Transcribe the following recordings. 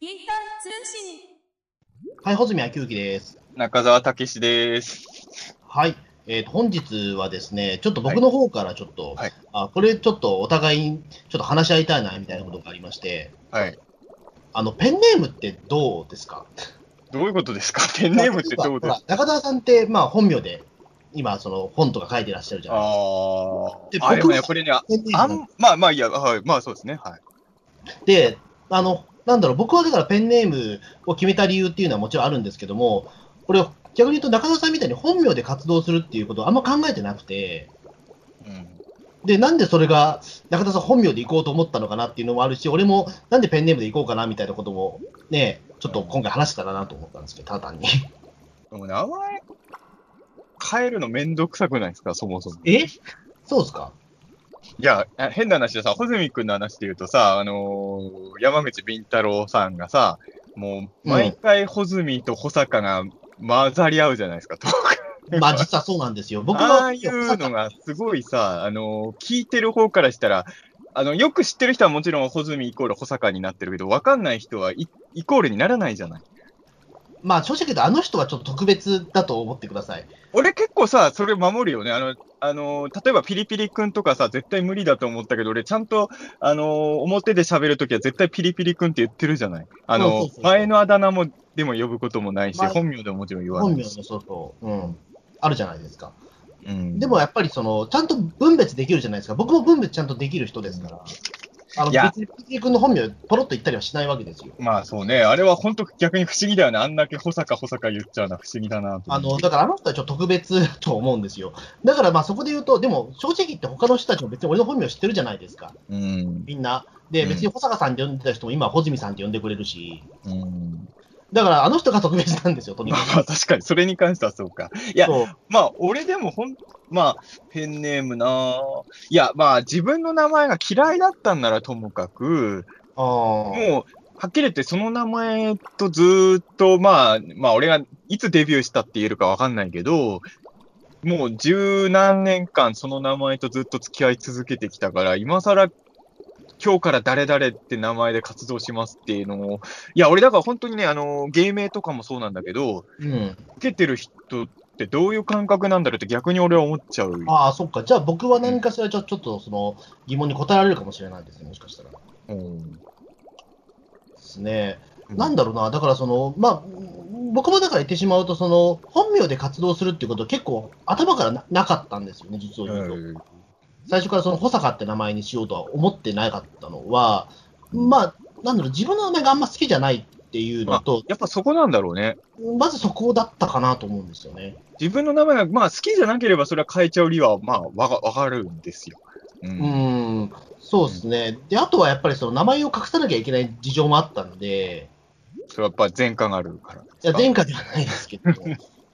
インターン通信はい、穂積明之です。中澤武史です。はい、えーと本日はですね、ちょっと僕の方からちょっと、はいあこれちょっとお互いにちょっと話し合いたいなみたいなことがありまして、はい。あのペンネームってどうですかどういうことですかペンネームってどうですほら中澤さんって、まあ、本名で今、その本とか書いてらっしゃるじゃかないあであ。あ、で僕もはね、これね、あですか。あペンネームなんん、まあまあいいや、はい、まあそうですね。はい。で、あの、なんだろう、僕はだからペンネームを決めた理由っていうのはもちろんあるんですけども、これ、逆に言うと中澤さんみたいに本名で活動するっていうことをあんま考えてなくて、うん、で、なんでそれが中田さん本名で行こうと思ったのかなっていうのもあるし、俺もなんでペンネームで行こうかなみたいなこともね、ちょっと今回話したらなと思ったんですけど、ただ単に。でも名前変えるのめんどくさくないですかそもそも。えそうですかいや、あ変な話でさ、穂積君の話で言うとさ、あのー山口敏太郎さんがさ、もう毎回穂積と保坂が混ざり合うじゃないですか、トークまあ実はそうなんですよ。僕はああいうのがすごいさ、あの聞いてる方からしたら、あのよく知ってる人はもちろん穂積イコール保坂になってるけど、わかんない人はイイコールにならないじゃない。まあ正直言うとあの人はちょっと特別だと思ってください。俺結構さ、それ守るよね。あの、あの例えばピリピリくんとかさ、絶対無理だと思ったけど、俺ちゃんと、あの表で喋るときは絶対ピリピリくんって言ってるじゃない。あの、そうそうそう前のあだ名も、でも呼ぶこともないし、まあ本名でももちろん言わ本な名いのし。そうそう。うん。あるじゃないですか。うんでもやっぱりその、ちゃんと分別できるじゃないですか。僕も分別ちゃんとできる人ですから。あのいや別に、ピッチー君の本名ポロッと言ったりはしないわけですよ。まあそうね、あれは本当逆に不思議だよね。あんだけ保坂保坂言っちゃうのは不思議だなと思うあのだからあの人はちょっと特別 だと思うんですよ。だからまあそこで言うと、でも正直言って他の人たちも別に俺の本名知ってるじゃないですか、うん。みんな。で、うん別に保坂さんって呼んでた人も今、穂積さんって呼んでくれるし、うん。だからあの人が特別なんですよ、とにまか あまあ確かに、それに関してはそうか。いく。やそうまあ俺でもほん、まあペンネームなぁいや、まあ自分の名前が嫌いだったんならともかく、あーもう、はっきり言ってその名前とずーっと、まあ、まあ俺がいつデビューしたって言えるかわかんないけど、もう十何年間その名前とずっと付き合い続けてきたから、今更今日から誰々って名前で活動しますっていうのも、いや、俺だから本当にね、あの、芸名とかもそうなんだけど、うん、受けてる人ってどういう感覚なんだろうって逆に俺は思っちゃう。ああ、そっか、じゃあ僕は何かしらちょちょっとその疑問に答えられるかもしれないですね、もしかしたら。でうんすね。なんだろうな、だからその、まあ、僕もだから言ってしまうと、その本名で活動するっていうこと、結構頭からななかったんですよね、実を言うと。うん最初からその保坂って名前にしようとは思ってなかったのは、まあ、なんだろう、自分の名前があんま好きじゃないっていうのと、やっぱそこなんだろうね。まずそこだったかなと思うんですよね。自分の名前が、まあ好きじゃなければそれは変えちゃう理由は、まあわかわかるんですよ。ううんーん、そうですね。で、あとはやっぱりその名前を隠さなきゃいけない事情もあったので、それはやっぱ前科があるからですいやか。前科ではないですけど、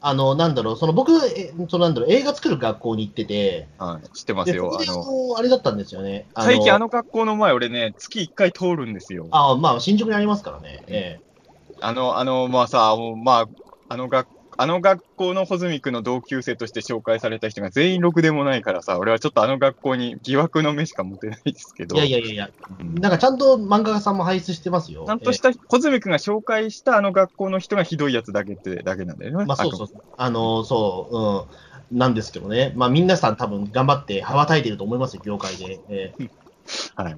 あの、なんだろう、その僕、えそのなんだろう、映画作る学校に行ってて、はい、知ってますで、よ。そこあであののあれだったんですよね。最近あの学校の前、俺ね、月1回通るんですよ。ああまあ、新宿にありますからね。ええの、あの、まあさ、もうまあ、あの学あの学校の穂積君の同級生として紹介された人が全員ろくでもないからさ、俺はちょっとあの学校に疑惑の目しか持てないですけど、いやいやいやいや、うんなんかちゃんと漫画家さんも輩出してますよ。ちゃんとした、穂積君が紹介したあの学校の人がひどいやつだけってだけなんだよね。 まあそうそううそう、あのそう、うん、なんですけどね、まあ皆さん、多分頑張って羽ばたいてると思いますよ、業界で。えはい。ー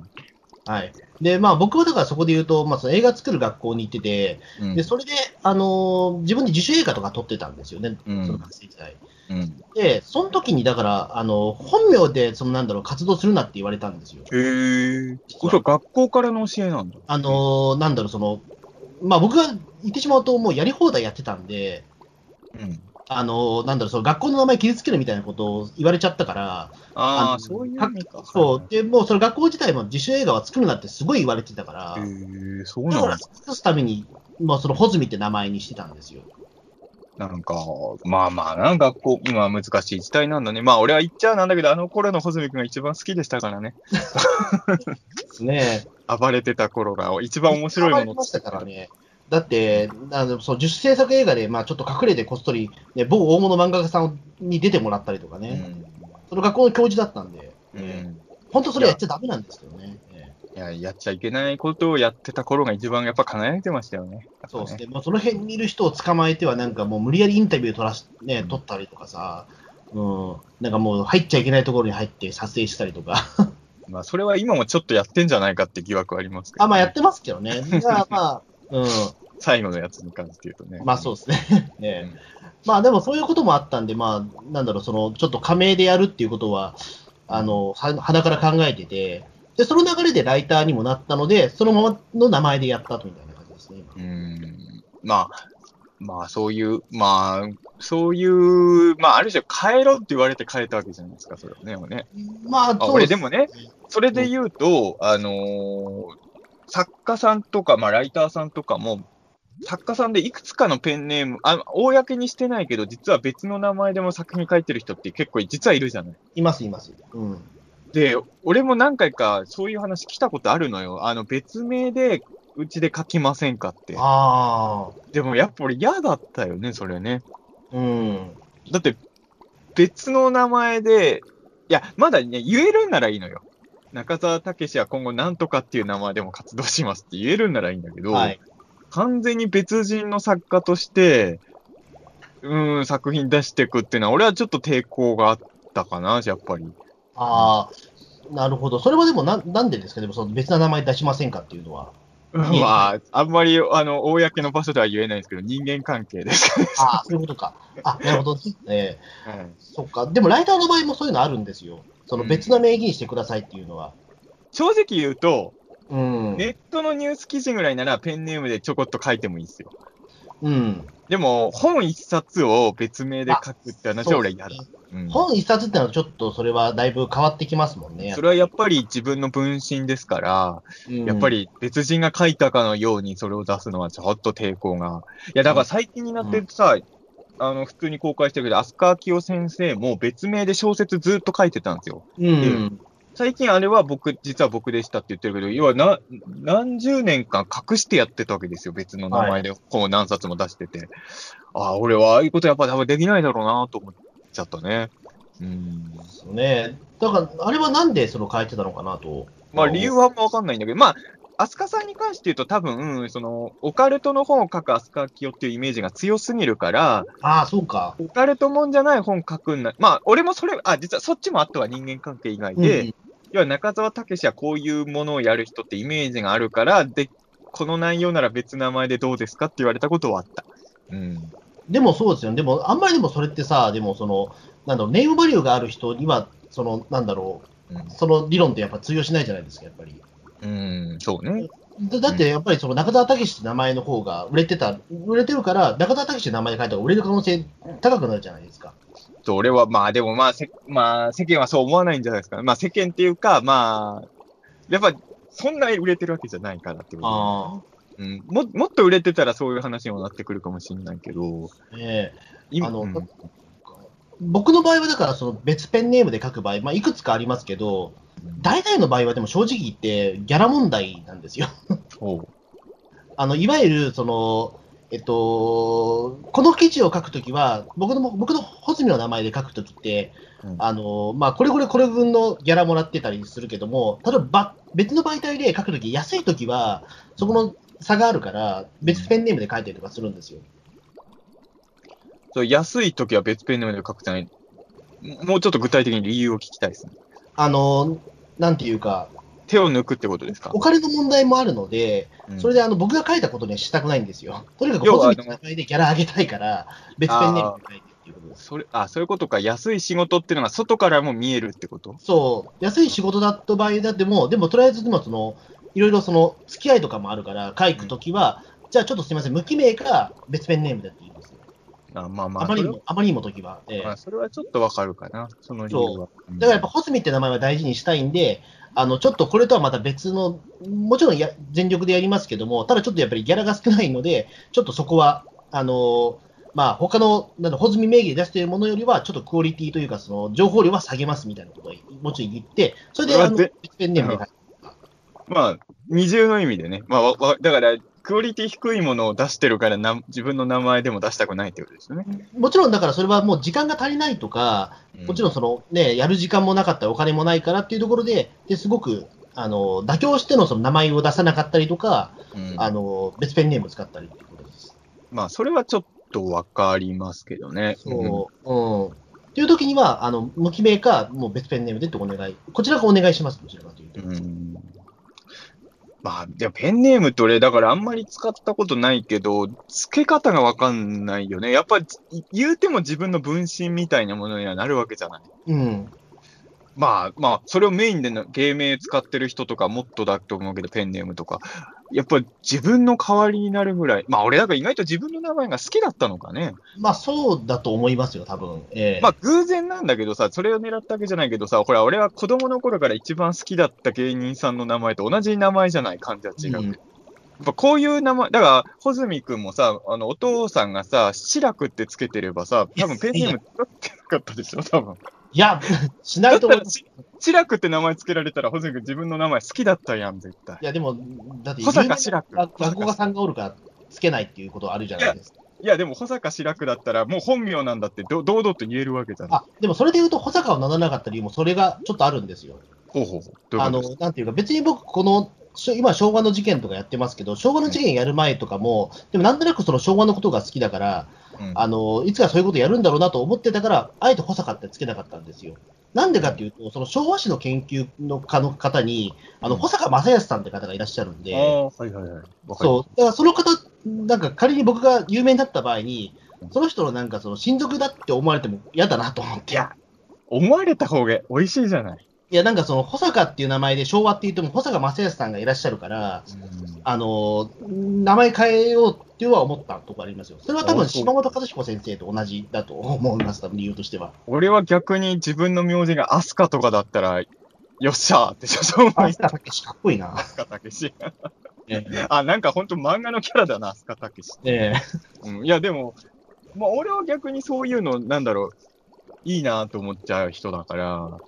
はい、で、まあ僕はだからそこで言うと、まあ、その映画作る学校に行ってて、うんでそれで、あの自分で自主映画とか撮ってたんですよね、うんその学生時代。うんで、その時にだから、あの本名でそのなんだろう活動するなって言われたんですよ。へえ。それ学校からの教えなんだ。あのなんだろう、その、まあ僕が言ってしまうと、もうやり放題やってたんで、うん。あのなんだろう、その学校の名前傷つけるみたいなことを言われちゃったから、ああのあ、そういう意味か。そう、でもうそれ学校自体も自主映画は作るなってすごい言われてたから、へえ、そうだなかんらだ。隠すために、まあ、その穂積って名前にしてたんですよ。なんか、まあまあな、学校、今は難しい時代なんだね。まあ俺は言っちゃなんだけど、あの頃の穂積君が一番好きでしたからね。ですね。暴れてた頃が一番面白いもりのましたからね。だって、あのその自主制作映画で、まあ、ちょっと隠れてこっそり、ね、某大物漫画家さんに出てもらったりとかうね、んその学校の教授だったんで、うん。本当それやっちゃだめなんですけどね。ええいや、やっちゃいけないことをやってた頃が一番やっぱ叶えてましたよね。やっぱそうですね。もうその辺にいる人を捕まえては、なんかもう無理やりインタビュー取らし、ね、取ったりとかさ、うん、なんかもう入っちゃいけないところに入って撮影したりとか。まあ、それは今もちょっとやってんじゃないかって疑惑はありますけど、あ、まあやってますけど ね。だからまあ、う最後のやつに関して言うとね。ん、まあそうですね。 ねまあでもそういうこともあったんで、まあ、なんだろう、その、ちょっと仮名でやるっていうことは、あの、は鼻から考えてて、で、その流れでライターにもなったので、そのままの名前でやったとみたいな感じですね、今うん。うん。まあ、まあそういう、まあ、そういう、まあある種変えろって言われて変えたわけじゃないですか、それはね。もうねまあ、あそう俺ですでもね、それで言うと、あのー作家さんとか、まあ、ライターさんとかも、作家さんでいくつかのペンネーム、あ公にしてないけど、実は別の名前でも作品書いてる人って結構実はいるじゃない。います、います。うん。で、俺も何回かそういう話来たことあるのよ。あの、別名で、うちで書きませんかって。あでもやっぱ俺嫌だったよね、それね。あ、うん。だって、別の名前で、いや、まだね、言えるんならいいのよ。中澤武史は今後なんとかっていう名前でも活動しますって言えるんならいいんだけど、はい。完全に別人の作家として、うーん、作品出していくっていうのは、俺はちょっと抵抗があったかな、やっぱり。ああ、なるほど。それはでもな、なんでですかね、でもその別な名前出しませんかっていうの は。うんまあ、あんまり、あの、公の場所では言えないですけど、人間関係ですかね。ああ、そういうことか。あなるほどね。ええそっか。でもライターの場合もそういうのあるんですよ。その別な名義にしてくださいっていうのは。正直言うと、うん。ネットのニュース記事ぐらいならペンネームでちょこっと書いてもいいですよ。うん。でも、本一冊を別名で書くって話は俺嫌だそう。ですねうん本一冊ってのはちょっとそれはだいぶ変わってきますもんね。それはやっぱり自分の分身ですから、うんやっぱ。り別人が書いたかのようにそれを出すのはちょっと抵抗が。いや、だから最近になってさ、あの、普通に公開してるけど、飛鳥明夫先生も別名で小説ずっと書いてたんですよ。うん。最近あれは僕、実は僕でしたって言ってるけど、要はな何十年間隠してやってたわけですよ、別の名前で、こう何冊も出してて。ああ、俺はああいうことやっぱ多分できないだろうなと思っちゃったね。うん。そうね。だから、あれはなんでそれを変えてたのかなと。まあ理由はあんまわかんないんだけど、まあ、飛鳥さんに関して言うと多分、その、オカルトの本を書く飛鳥清っていうイメージが強すぎるから、ああ、そうか。オカルトもんじゃない本書くんな、まあ俺もそれ、あ、実はそっちもあったわ、人間関係以外で。うん要は中澤武史はこういうものをやる人ってイメージがあるから、で、この内容なら別名前でどうですかって言われたことはあった。うん。でもそうですよね。でも、あんまりでもそれってさ、でもその、なんだろう、ネームバリューがある人には、その、なんだろうんう、その理論ってやっぱ通用しないじゃないですか、やっぱり。うん、そうね。だだってやっぱりその中澤武史って名前の方が売れてた、売れてるから、中澤武史って名前で書いた方が売れる可能性高くなるじゃないですか。と俺は、まあでもまあ、せまあ世間はそう思わないんじゃないですか。まあ世間っていうか、まあ、やっぱ、そんなに売れてるわけじゃないからってことあで、うんも。もっと売れてたらそういう話にもなってくるかもしれないけど、あ、ねえ今、あのうん僕の場合はだからその別ペンネームで書く場合、まあ、いくつかありますけど、大体の場合はでも正直言ってギャラ問題なんですよ。そうあのいわゆるその、えっと、この記事を書くときは、僕の僕の穂積の名前で書くときって、うんあのまあ、これこれこれ分のギャラもらってたりするけども、例えばば別の媒体で書くとき、安いときは、そこの差があるから、別ペンネームで書いたりとかするんですよ。そう。安い時は別ペンネームで書くじゃない。もうちょっと具体的に理由を聞きたいですね。あのなんていうか、手を抜くってことですかお金の問題もあるので、それで、であの僕が書いたことにはしたくないんですよ。とにかく要は穂積の名前でギャラ上げたいから、別ペンネームで書いてっていうことです。それ、あ、そういうことか。安い仕事ってのが外からも見えるってことそう、安い仕事だった場合だっても、でもとりあえずでもその、いろいろその付き合いとかもあるから、書くときは、じゃあちょっとすみません、無記名か別ペンネームでって言います、あまあまあ。あまりにそも、あまりにもときは、ええれはあそれはちょっとわかるかな。その理由は。うんだからやっぱ、ホスミって名前は大事にしたいんで、あのちょっとこれとはまた別の、もちろんや全力でやりますけども、ただちょっとやっぱりギャラが少ないので、ちょっとそこは、あのーまあ、他の、なんだ、ホズミ名義で出しているものよりは、ちょっとクオリティというか、その、情報量は下げますみたいなことを、もちろん言って、それで、うわあの、ぜ別ペンネームで書いてまあ、二重の意味でね。まあ、わわだから、クオリティ低いものを出してるからな、自分の名前でも出したくないってことですよね。もちろんだからそれはもう時間が足りないとか、もちろんそのね、やる時間もなかったらお金もないからっていうところで、ですごくあの妥協してのその名前を出さなかったりとか、うんあの別ペンネーム使ったりっていうことです。まあ、それはちょっとわかりますけどね。そう、うん。っていう時には、あの、無記名か、もう別ペンネームでってお願い。こちらがお願いします、どちらかというと。うん。うんまあ、でもペンネームって俺、だからあんまり使ったことないけど、付け方がわかんないよね。やっぱり言うても自分の分身みたいなものにはなるわけじゃない。うん。まあまあ、それをメインでの芸名使ってる人とかもっとだと思うけど、ペンネームとか。やっぱり自分の代わりになるぐらい。まあ俺だから意外と自分の名前が好きだったのかね。まあ、そうだと思いますよ、多分。ええまあ偶然なんだけどさ、それを狙ったわけじゃないけどさ、ほら俺は子供の頃から一番好きだった芸人さんの名前と同じ名前じゃない感じは違う。うんやっぱこういう名前、だから、穂積君もさ、あの、お父さんがさ、志らくってつけてればさ、多分ペンネーム作ってなかったでしょ、多分。いや、しないと思い ます。志らくって名前つけられたら、穂積君自分の名前好きだったやん、絶対。いや、でも、だって、保坂志らく。落保語坂家さんがおるから、つけないっていうことあるじゃないですか。いや、でも保坂志らくだったら、もう本名なんだってど、堂々と言えるわけじゃない。あ、でもそれで言うと、保坂を名乗らなかった理由も、それがちょっとあるんですよ。ほうほうほう。どういあうこのとですかなんていうか、別に僕、このしょ今、昭和の事件とかやってますけど、昭和の事件やる前とかも、でもなんとなくその昭和のことが好きだから、うんあのいつかそういうことやるんだろうなと思ってたから、あえて保坂ってつけなかったんですよ。なんでかっていうと、その昭和史の研究の家の方に、あのうん保坂正康さんって方がいらっしゃるんで、あーはいはいはい。わかりそうだからその方、なんか仮に僕が有名になった場合にうん、その人のなんかその親族だって思われても嫌だなと思って、いや思われた方が美味しいじゃない。いやなんかその保坂っていう名前で昭和って言っても、保坂正康さんがいらっしゃるから、あの名前変えようっては思ったとこありますよ。それは多あ分そう島本和彦先生と同じだと思います、多分理由としては。俺は逆に自分の名字がアスカとかだったら、よっしゃーって、そう思あいいつらたけしかっこいいなア。スカたけし。えあ、なんかほんと漫画のキャラだな、アスカたけし。 えうん、いや、でも、まあ、俺は逆にそういうの、なんだろう、いいなと思っちゃう人だか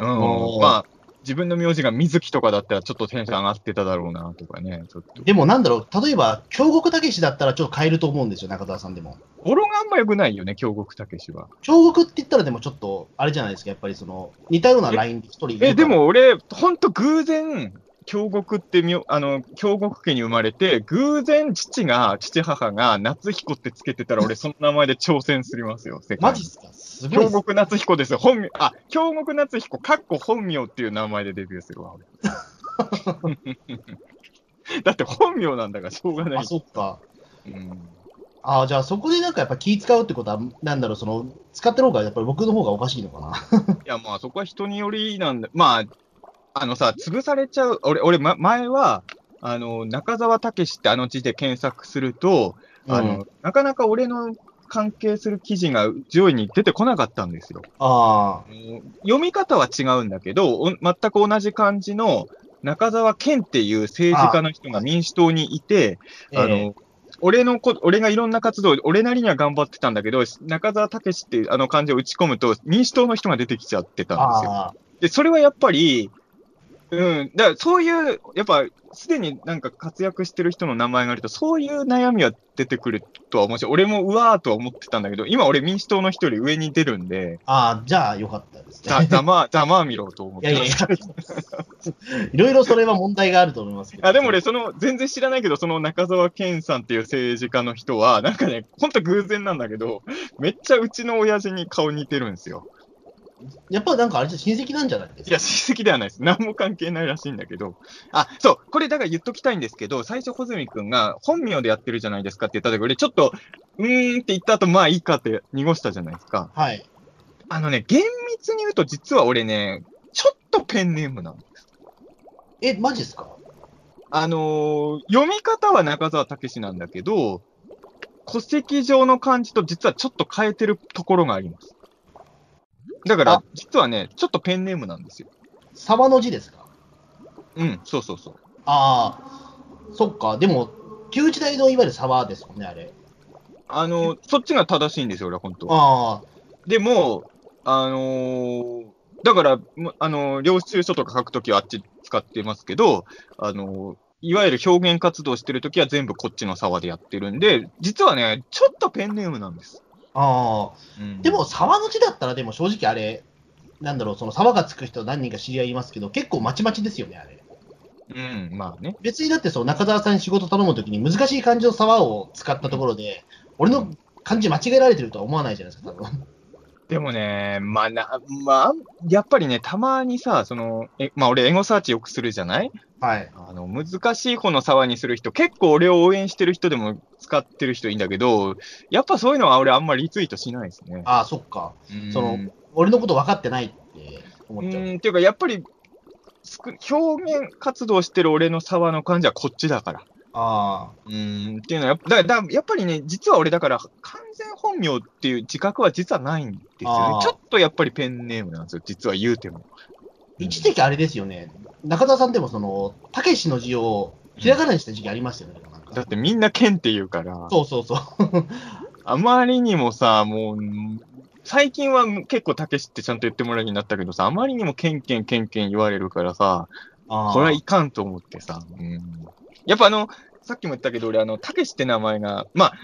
ら、うおん、ーまあ、自分の名字が水木とかだったら、ちょっとテンション上がってただろうなとかね、ちょっと。でもなんだろう、例えば、京極たけしだったらちょっと変えると思うんですよ、中澤さんでも。語呂があんま良くないよね、京極武史は。京極って言ったらでもちょっと、あれじゃないですか、やっぱりその、似たようなラインで一人いるからえ、で、も俺、ほんと偶然、京極ってみょ、あの、京極家に生まれて、偶然父が、父母が夏彦ってつけてたら、俺その名前で挑戦すりますよ、世界マにジっすかすごい京っす。極夏彦ですよ。本名、あ、京極夏彦、かっこ本名っていう名前でデビューするわ、俺 だって本名なんだからしょうがないあ、。そっか。うんああ、じゃあそこでなんかやっぱ気使うってことは、なんだろう、その、使ってる方がやっぱり僕の方がおかしいのかな。いや、まあそこは人によりなんだ。まあ、あのさ、潰されちゃう。俺、俺、ま、前は、あの、中沢武史ってあの字で検索すると、あの、うん、なかなか俺の関係する記事が上位に出てこなかったんですよ。ああ、読み方は違うんだけど、お全く同じ漢字の中沢健っていう政治家の人が民主党にいて、あの、 ええ俺のこ、俺がいろんな活動、俺なりには頑張ってたんだけど、中沢武っていうあの漢字を打ち込むと、民主党の人が出てきちゃってたんですよ。ああ、で、それはやっぱり、うん、だからそういう、やっぱ、すでになんか活躍してる人の名前があると、そういう悩みは出てくるとは思うし、俺もうわーとは思ってたんだけど、今俺民主党の人より上に出るんで、ああ、じゃあよかったですね。 ざ、ざま、ざまあみろと思っいやいてやいや。 いろいろそれは問題があると思いますけど。あでも俺、その、全然知らないけど、その中澤健さんっていう政治家の人は、な んかね、ほんと偶然なんだけど、めっちゃうちの親父に顔似てるんですよ。やっぱなんかあれじゃ親戚なんじゃないですいか。や、親戚ではないです。何も関係ないらしいんだけど。あ、そう、これだから言っときたいんですけど、最初、穂積君が本名でやってるじゃないですかって言った時、俺ちょっと、うーんって言った後、まあいいかって濁したじゃないですか。はい。あのね、厳密に言うと、実は俺ね、ちょっとペンネームなの。え、マジですかあのー読み方は中澤武史なんだけど、戸籍上の漢字と実はちょっと変えてるところがあります。だからあ、実はね、ちょっとペンネームなんですよ。沢の字ですかうん、そうそうそう。ああ、そっか。でも、旧時代のいわゆる沢ですもんね、あれ。あのーそっちが正しいんですよ、俺は本当は。あでも、あのーだから、むあのー領収書とか書くときはあっち使ってますけど、あのーいわゆる表現活動してるときは全部こっちの沢でやってるんで、実はね、ちょっとペンネームなんです。あ、ああ。うんでも、沢の字だったら、でも正直あれ、なんだろう、その沢がつく人何人か知り合いいますけど、結構まちまちですよね、あれ。うん、まあね。別にだってそう中澤さんに仕事頼むときに難しい漢字の沢を使ったところで、俺の漢字間違えられてるとは思わないじゃないですか、多分。でもね、まあな、まあ、やっぱりね、たまにさ、その、え、まあ俺、エゴサーチよくするじゃないはい。あの、難しい方の沢にする人、結構俺を応援してる人でも使ってる人いいんだけど、やっぱそういうのは俺あんまりリツイートしないですね。ああ、そっか。うんその、俺のこと分かってないってう思っちゃう。ん、っていうかやっぱり、すく表面活動してる俺の沢の感じはこっちだから。あうん、っていうのはやっぱ、だだやっぱりね、実は俺だから完全本名っていう自覚は実はないんですよあーね。ちょっとやっぱりペンネームなんですよ、実は言うても。あ、一時期あれですよね。中澤さんでもその、たけしの字をひらがなにした時期ありましたよね。なんだっかてみんな剣って言うから、そうそう そう。あまりにもさ、もう、ん最近は結構たけしってちゃんと言ってもらうようになったけどさ、あまりにもケンケンケンケン言われるからさ、ああこれはいかんと思ってさ、うんやっぱあの、さっきも言ったけど、俺あの、たけしって名前が、まあ、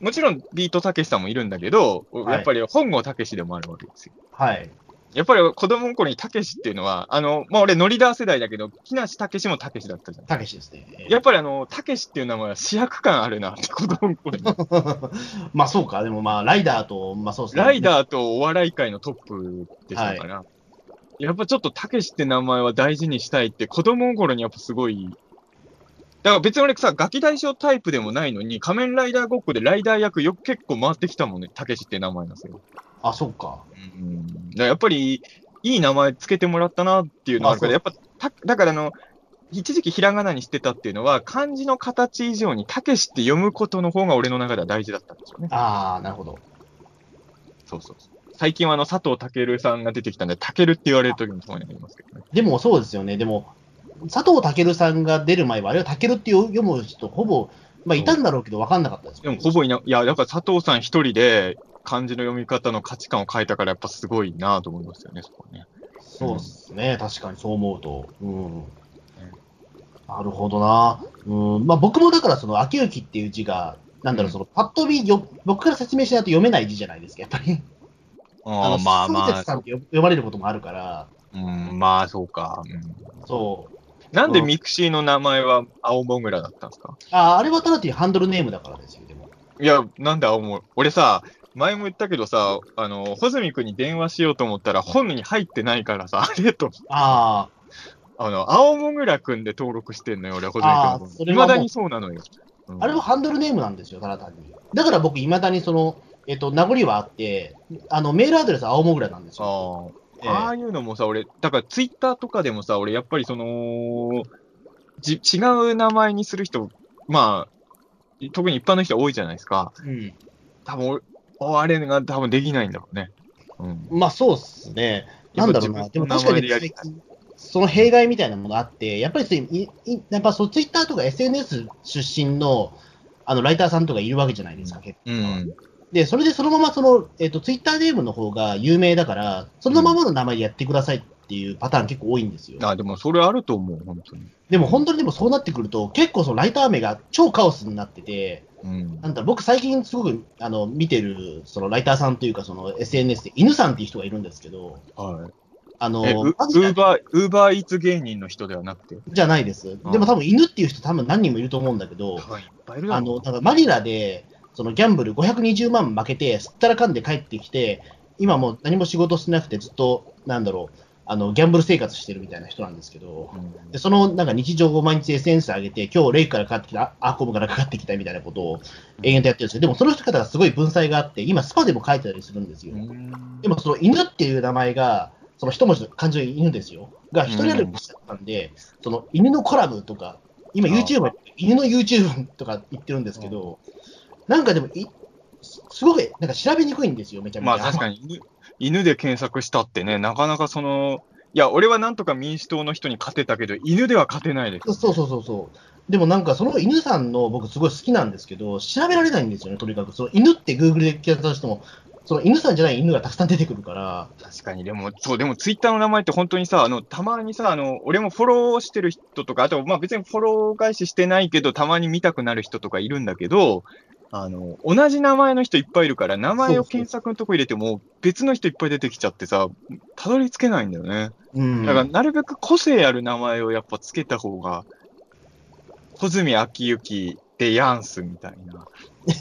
もちろんビートたけしさんもいるんだけど、はいやっぱり本郷たけしでもあるわけですよ。はい。やっぱり子供の頃にたけしっていうのは、あの、まあ、俺、ノリダー世代だけど、木梨たけしもたけしだったじゃん。たけしですね。やっぱりあの、たけしっていう名前は主役感あるなって子供の頃に。 まあそうか、でもまあ、ライダーと、まあそうですね。ライーダーとお笑い界のトップでしたから、やっぱちょっとたけしって名前は大事にしたいって子供の頃にやっぱすごい、だから別に俺さ、ガキ大将タイプでもないのに、仮面ライダーごっこでライダー役よく結構回ってきたもんね、たけしって名前なんですよ。あ、そうか。うん、だからやっぱり、いい名前つけてもらったなっていうのはあるかまら、やっぱた、だからあの、一時期ひらがなにしてたっていうのは、漢字の形以上にたけしって読むことの方が俺の中では大事だったんですよね。ああ、なるほど。そうそうそう。最近はあの佐藤健さんが出てきたんで、健って言われる時もたまにありますけどね。でもそうですよね。でも、佐藤健さんが出る前は、あれは健って読む人、ほぼ、まあいたんだろうけど、分かんなかったですでもほぼいな、いや、だから佐藤さん一人で漢字の読み方の価値観を変えたから、やっぱすごいなと思いますよね、そこはね。そうですね、確かにそう思うと。うん。なるほどな。うん。まあ僕もだから、その、秋行っていう字が、なんだろうう、んその、パッと見よ、僕から説明しないと読めない字じゃないですか、やっぱり。あの鈴哲さんって呼呼ばれることもあるから、うん、まあ、そうか、そう。なんでミクシーの名前は青モグラだったんですかああれはただ単にハンドルネームだからですよ、でも。いや、なんで青モグラ俺さ、前も言ったけどさ、あの、穂積君に電話しようと思ったら本に入ってないからさ、あれと思ってああの、青もぐらくんで登録してんのよ、俺、ほずみあーくん。そいれまはもうだにそうなのよ。うあ、んあれはハンドルネームなんですよ、ただ単に。だから僕、いまだにその、えっと、名残はあって、あの、メールアドレスは青もぐらなんですあよ。ーええああいうのもさ、俺、だからツイッターとかでもさ、俺、やっぱりその、じ違う名前にする人、まあ、特に一般の人多いじゃないですか。うん。多分俺、あれが多分できないんだろうね。うん。まあそうっすね。なんだろうな。でやもっぱ自確か分の名前にでやり最たい近、その弊害みたいなものあって、やっぱりそういいやっぱそうツイッターとか SNS 出身のあのライターさんとかいるわけじゃないですか、結構。うん。で、それでそのままその、えっとツイッターネームの方が有名だから、そのままの名前でやってくださいっていうパターン結構多いんですよ。あ、でもそれあると思う、本当に。でも本当にでもそうなってくると、結構そのライター名が超カオスになってて、うんな。んだろう僕最近すごくあの見てるそのライターさんというか、その SNS で犬さんっていう人がいるんですけど、はい。あの、え、ウウマジでーバー、ウーバーイーツ芸人の人ではなくて。じゃないです。うんでも多分犬っていう人多分何人もいると思うんだけど、いっぱいいるあの、なんかマニラで、そのギャンブル520万負けて、すったらかんで帰ってきて、今もう何も仕事してなくてずっと、なんだろう、あの、ギャンブル生活してるみたいな人なんですけど、うんでそのなんか日常を毎日 SNS 上げて、今日レイからかかってきた、あアーコムからかかってきたみたいなことを延々とやってるんですけど、でもその人方がすごい文才があって、今スパでも書いてたりするんですよ。でもその犬っていう名前が、その一文字の漢字の犬ですよ。が一人歩きしちゃったんで、その犬のコラムとか、今あー YouTube、犬の YouTube とか言ってるんですけど、なんかでもい、すすごい、なんか調べにくいんですよ、めちゃめちゃ。まあ確かに犬、犬で検索したってね、なかなかその、いや、俺はなんとか民主党の人に勝てたけど、犬では勝てないです。そうそうそうそう。でもなんかその犬さんの僕すごい好きなんですけど、調べられないんですよね、とにかく。その犬って Google で検索しても、その犬さんじゃない犬がたくさん出てくるから、確かに、でも、そう、でもツイッターの名前って本当にさ、あの、たまにさ、あの、俺もフォローしてる人とか、あと、まあ別にフォロー返ししてないけど、たまに見たくなる人とかいるんだけど、あの、同じ名前の人いっぱいいるから、名前を検索のとこ入れても、別の人いっぱい出てきちゃってさ、たどり着けないんだよね。うんだから、なるべく個性ある名前をやっぱつけた方が、穂積秋行でヤンスみたいな。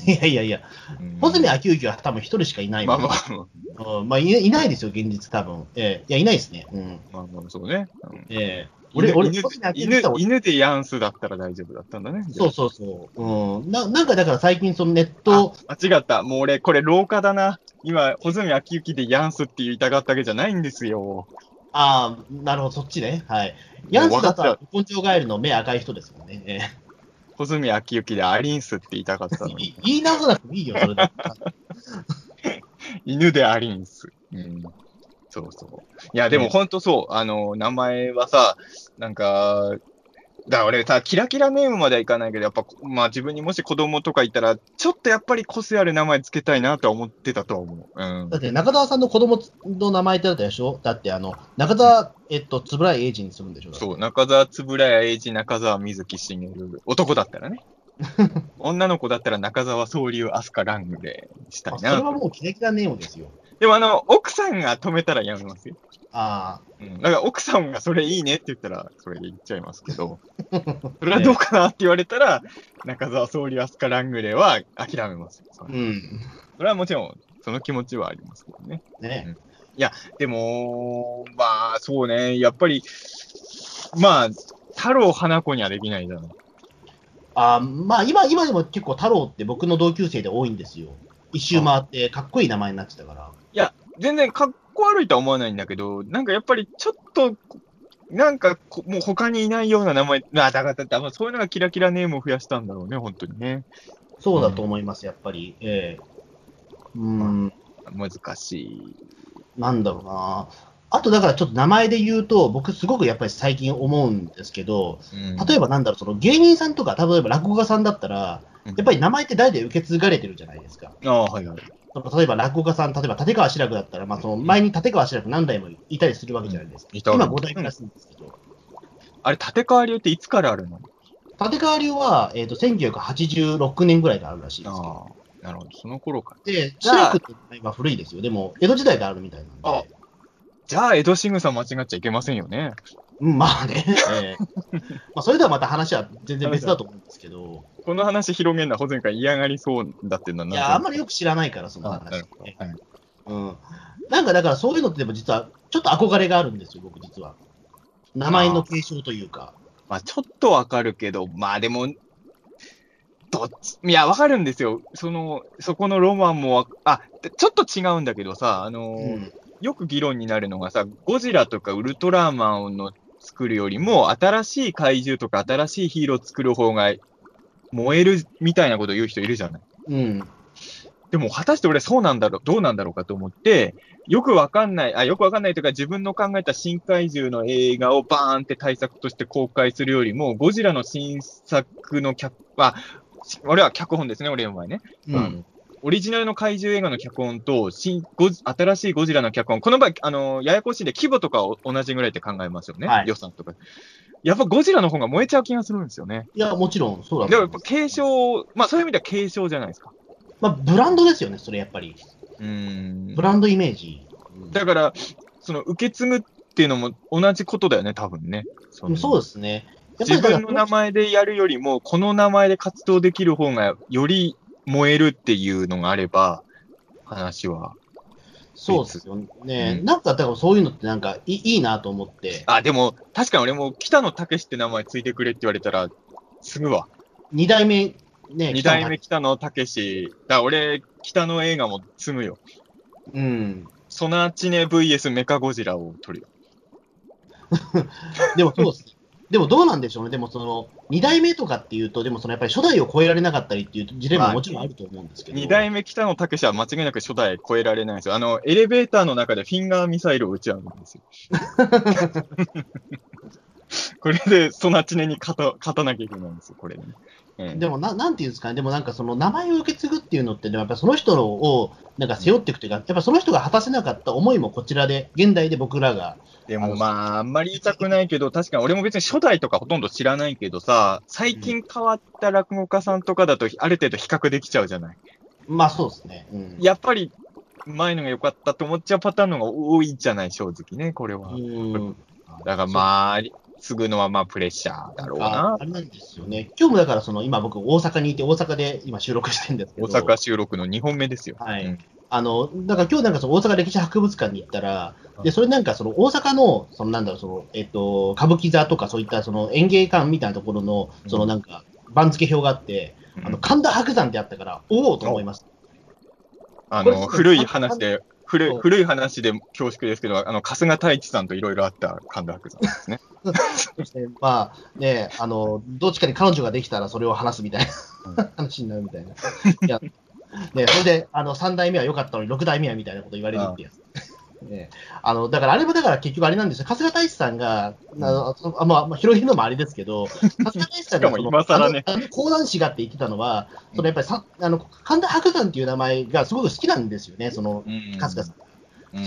いやいやいや、うん穂積秋行は多分一人しかいないまもあんまあまうんまあいいないですよ、現実多分。ええいや、いないですね。うんあ、まあまあ、そうね。うんええ俺、犬俺、犬穂積秋行犬さん犬でヤンスだったら大丈夫だったんだね。そうそうそう。うん、ななんかだから最近そのネット、あ間違った。もう俺、これ廊下だな。今、穂積秋行でヤンスって言いたかったわけじゃないんですよ。ああ、なるほど、そっちね。はい。ヤンスだったら、根性ガエルの目赤い人ですもんね。ええ穂積秋行でアリンスって言いたかったのいに。言い直さなくてもいいよ、それで。犬でアリンス。うん。そうそう。いや、でも本当そう。あの、名前はさ、なんか、だから俺さ、キラキラネームまではいかないけど、やっぱ、まあ自分にもし子供とかいたら、ちょっとやっぱり個性ある名前つけたいなとは思ってたとは思う。うんだ。って中澤さんの子供の名前ってだったでしょだってあの、中澤、えっと、つぶらい英二にするんでしょう。そう、中澤円谷英二、中澤瑞希しげる。男だった らね。女の子だったら中澤総流飛鳥ラングでしたあいそれはな。もうキラキラネームですよ。でもあの、奥さんが止めたらやめますよ。あうん、だから奥さんがそれいいねって言ったら、それで言っちゃいます けど、それはどうかなって言われたら、中澤総理飛鳥ラングレーは諦めますよ。そあ、うれん。それはもちろん、その気持ちはありますけどね。ね。でも、まあ、そうね、やっぱり、まあ、太郎花子にはできないじゃん。あまあ今、今でも結構太郎って僕の同級生で多いんですよ。一周回ってかっこいい名前になってたから。全然かっこ悪いとは思わないんだけど、なんかやっぱりちょっと、なんかこもう他にいないような名前、あだからだからそういうのがキラキラネームを増やしたんだろうね、本当にね。そうだと思います、やっぱり。ええうん、難しい。なんだろうな。あとだからちょっと名前で言うと、僕すごくやっぱり最近思うんですけど、うん例えばなんだろう、その芸人さんとか、例えば落語家さんだったら、やっぱり名前って代で受け継がれてるじゃないですか。ああ、はいはい。その例えば落語家さん、例えば立川志らくだったら、まあ、その前に立川志らく何代もいたりするわけじゃないですか。うんいた今5代暮らしなんですけど、あれ、立川流っていつからあるの立川流は、えー、と1986年ぐらいからあるらしいですけど、ああ、なるほど。その頃から。で、じ志ゃらあくって名前は古いですよ。でも、江戸時代からあるみたいなんで。あじゃあ、江戸仕草間違っちゃいけませんよね。うん、まあね。えー まあ、それではまた話は全然別だと思うんですけど、この話広げんな、保全会嫌がりそうだっていうのはなんいでや、あんまりよく知らないから、そのあな話る。ほどはいうん。なんかだからそういうのってでも実は、ちょっと憧れがあるんですよ、僕実は。名前の継承というか。まあ、ちょっとわかるけど、まあでも、どっち、いや、わかるんですよ。その、そこのロマンもわ、あ、ちょっと違うんだけどさ、あのーうんよく議論になるのがさ、ゴジラとかウルトラマンの作るよりも、新しい怪獣とか新しいヒーロー作る方が燃えるみたいなことを言う人いるじゃない。うん。でも果たして俺そうなんだろう、どうなんだろうかと思って、よくわかんない、あ、よくわかんないというか自分の考えた新怪獣の映画をバーンって対策として公開するよりも、ゴジラの新作の脚、あ、し俺は脚本ですね、俺の前ね。ううんん。オリジナルの怪獣映画の脚本と新ゴジ、新しいゴジラの脚本、この場合、あの、ややこしいんで規模とかを同じぐらいって考えますよね、はい予算とか。やっぱゴジラの方が燃えちゃう気がするんですよね。いや、もちろんそうだでとも思いやっまぱす継。承、まあそういう意味では継承じゃないですか。まあ、ブランドですよね、それやっぱり。うんブランドイメージ。うんだから、その受け継ぐっていうのも同じことだよね、多分ね。そうんのそうですね。やっぱ自りだから分の名前でやるよりも、この名前で活動できる方がより燃えるっていうのがあれば、話は。そうですよね。うんなんか、だからそういうのってなんかいいいなと思って、あ、でも、確かに俺も北野武って名前ついてくれって言われたら、すぐわ。二代目、ね、二代目来北野武。だ、俺、北野映画も積むよ。たな。うん。ソナチネ VS メカゴジラを撮るよ。でもそうですね。でもどうなんでしょうね。でもその、二代目とかっていうと、でもそのやっぱり初代を超えられなかったりっていう事例ももちろんあると思うんですけど。二代目北野武は間違いなく初代超えられないんですよ。あの、エレベーターの中でフィンガーミサイルを撃ち合うん ですよ。これで、ソナチネに勝た勝たなきゃいけないんですよ、これね。うんでもな、なんていうんですかね、でもなんかその名前を受け継ぐっていうのって、ね、やっぱその人をなんか背負っていくというか、やっぱその人が果たせなかった思いもこちらで、現代で僕らが、でもまあ、あんまり言いたくないけど、確かに俺も別に初代とかほとんど知らないけどさ、最近変わった落語家さんとかだと、ある程度比較できちゃうじゃない。まあそうですね。うんやっぱり、前のが良かったと思っちゃうパターンの方が多いじゃない、正直ね、これはう。んだからまあ、継ぐのはまあ、プレッシャーだろうあな。あれなんですよね。今日もだからその、今僕、大阪にいて、大阪で今収録してるんですけ大ど、阪収録の2本目ですよ。はいうんあのだから今日なんかその大阪歴史博物館に行ったら、でそれなんかその大阪のそのなんだろうその、えっと、歌舞伎座とかそういったその演芸館みたいなところのそのなんか番付表があって、あの神田伯山ってあったから、おおと思います。あこれの、古いあ話で、そ古うい、古い話で恐縮ですけど、あの、春日太一さんといろいろあった神田伯山ですね。 そしてまあね、あのどっちかに彼女ができたらそれを話すみたいな話になるみたいな。いやね、それであの3代目は良かったのに6代目はみたいなこと言われるってやつ。ね、あのだからあれもだから結局あれなんですよ、春日太一さんが、あのそあまあまあ、広げるのもあれですけ ど、春日太一さんがしかもその今更ねあのあの講談師がって言ってたのは、うんそのやっぱりさあの神田伯山っていう名前がすごく好きなんですよね、そのうん春日さん。うん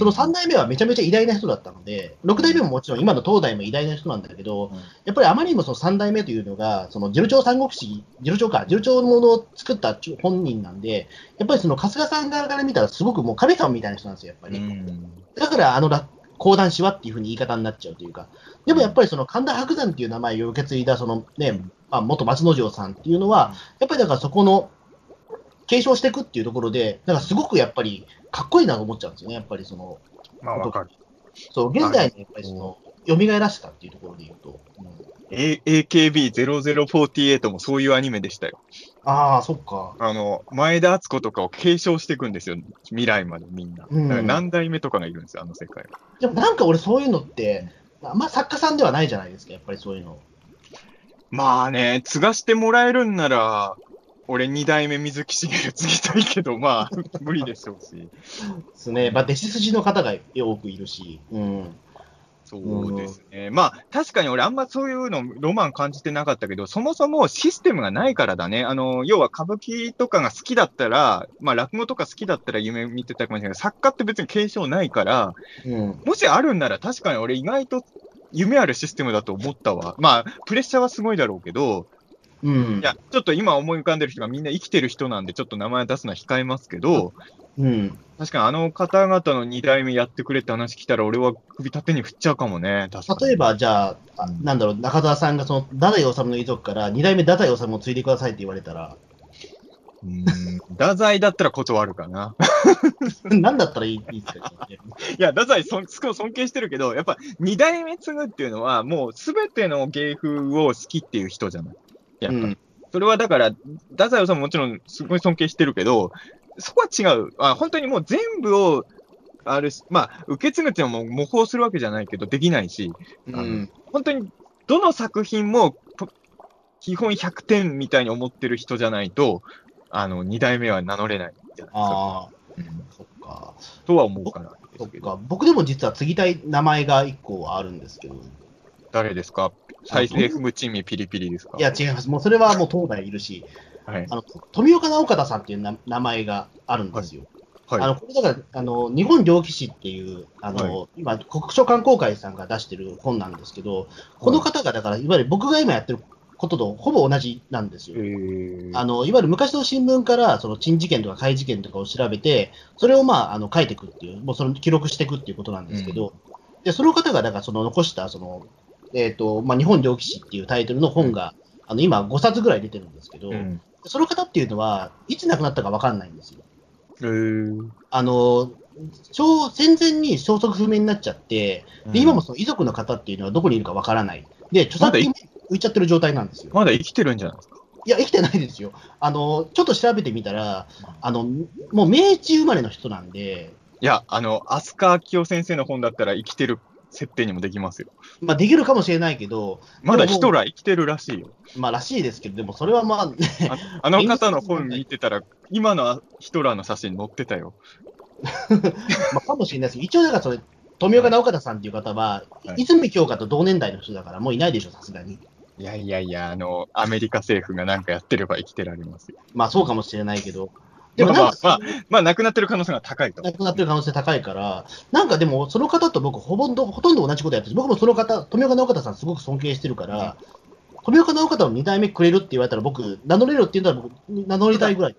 その3代目はめちゃめちゃ偉大な人だったので、6代目ももちろん今の東大も偉大な人なんだけど、うんやっぱりあまりにもその3代目というのが、そのジェル長三国志、ジェル長か、ジェル長のものを作った本人なんで、やっぱりその春日さん側から見たら、すごくもう神様みたいな人なんですよ、やっぱり。うんだからあのら講談師はっていうふうに言い方になっちゃうというか、でもやっぱりその神田伯山っていう名前を受け継いだその、ねうんまあ、元松之丞さんっていうのは、やっぱりだからそこの継承していくっていうところで、なんかすごくやっぱりかっこいいなと思っちゃうんですよね、やっぱりその、まあ、わかる。そう現代にやっぱりその、蘇らしたっていうところで言うと、 A- AKB0048 もそういうアニメでしたよ。ああ、そっか。あの、前田敦子とかを継承していくんですよ。未来までみんな。だうんから何代目とかがいるんですよ、あの世界は。でもなんか俺そういうのって、あんま作家さんではないじゃないですか、やっぱりそういうの。まあね、継がしてもらえるんなら、俺2代目水木しげる継ぎたいけど、まあ、 無理でしょうし。ですね。まあ、弟子筋の方が多くいるし、うん。そうですね。まあ、確かに俺あんまそういうのロマン感じてなかったけど、そもそもシステムがないからだね。あの、要は歌舞伎とかが好きだったら、まあ落語とか好きだったら夢見てたかもしれないけど、作家って別に継承ないから、うん、もしあるんなら確かに俺意外と夢あるシステムだと思ったわ。まあ、プレッシャーはすごいだろうけど、うんいや、ちょっと今思い浮かんでる人がみんな生きてる人なんで、ちょっと名前出すのは控えますけど、うん、確かにあの方々の二代目やってくれって話来たら、俺は首縦に振っちゃうかもね。確かに例えばじゃあ、あうんなんだろう、中澤さんがその太宰治の遺族から2代目太宰治を継いでくださいって言われたら、 うーん太宰だったら断るかな。何だったらいいいいですか、ね、いや、太宰そん、すごい尊敬してるけど、やっぱ二代目継ぐっていうのは、もうすべての芸風を好きっていう人じゃない。やっぱ、うんそれはだから、太宰さんももちろんすごい尊敬してるけど、そこは違う。あ本当にもう全部を、あるし、まあ、受け継ぐっていうのも模倣するわけじゃないけど、できないし、うん本当にどの作品もと基本100点みたいに思ってる人じゃないと、あの、二代目は名乗れないじゃないですか。ああ、うんそっか。とは思うからでそすっけど。か僕でも実は継ぎたい名前が1個あるんですけど、誰ですか再生不チームピリピリですかいや、違います、もうそれはもう東大いるし、はい。あの富岡直方さんっていうな名前があるんですよ。あはのこれだからあの日本猟奇士っていうあの、今、国書観光会さんが出してる本なんですけど、この方がだから、いわゆる僕が今やってることとほぼ同じなんですい。よ。ーあのいわゆる昔の新聞からその珍事件とか怪事件とかを調べて、それを、まあ、あの書いていくっていう、もうその記録していくっていうことなんですけど、でその方がだからその残したその、えーとまあ、日本猟奇士っていうタイトルの本が、あの今、5冊ぐらい出てるんですけど、うんその方っていうのは、いつ亡くなったか分かんないんですよ。えーあの小戦前に消息不明になっちゃって、で今もその遺族の方っていうのはどこにいるかわからない、で著作権も浮いちゃってる状態なんですよ。まだ生きてるんじゃないですかいや、生きてないですよ。あのちょっと調べてみたら、あのもう明治生まれの人なんで、いや、あの、飛鳥明夫先生の本だったら生きてる設定にもできますよ。まあ、できるかもしれないけど、まだヒトラー生きてるらしいよ。まあ、らしいですけど、でもそれはまあ、 ああの方の本見てたら、今のヒトラーの写真載ってたよ。まあ、かもしれないですけど、一応だからそれ、富岡直方さんっていう方は、はい泉京香と同年代の人だから、もういないでしょ、さすがに。いやいやいや、あの、アメリカ政府がなんかやってれば生きてられますよ。まあそうかもしれないけど、でまもなあんまか、あ、まあ、まあ、亡くなってる可能性が高いと。亡くなってる可能性高いから、なんかでも、その方と僕ほぼんど、ほとんど同じことやってる僕もその方、富岡直方さん、すごく尊敬してるから、富岡直方の2代目くれるって言われたら、僕、名乗れるって言ったら、僕、名乗りたいぐらい。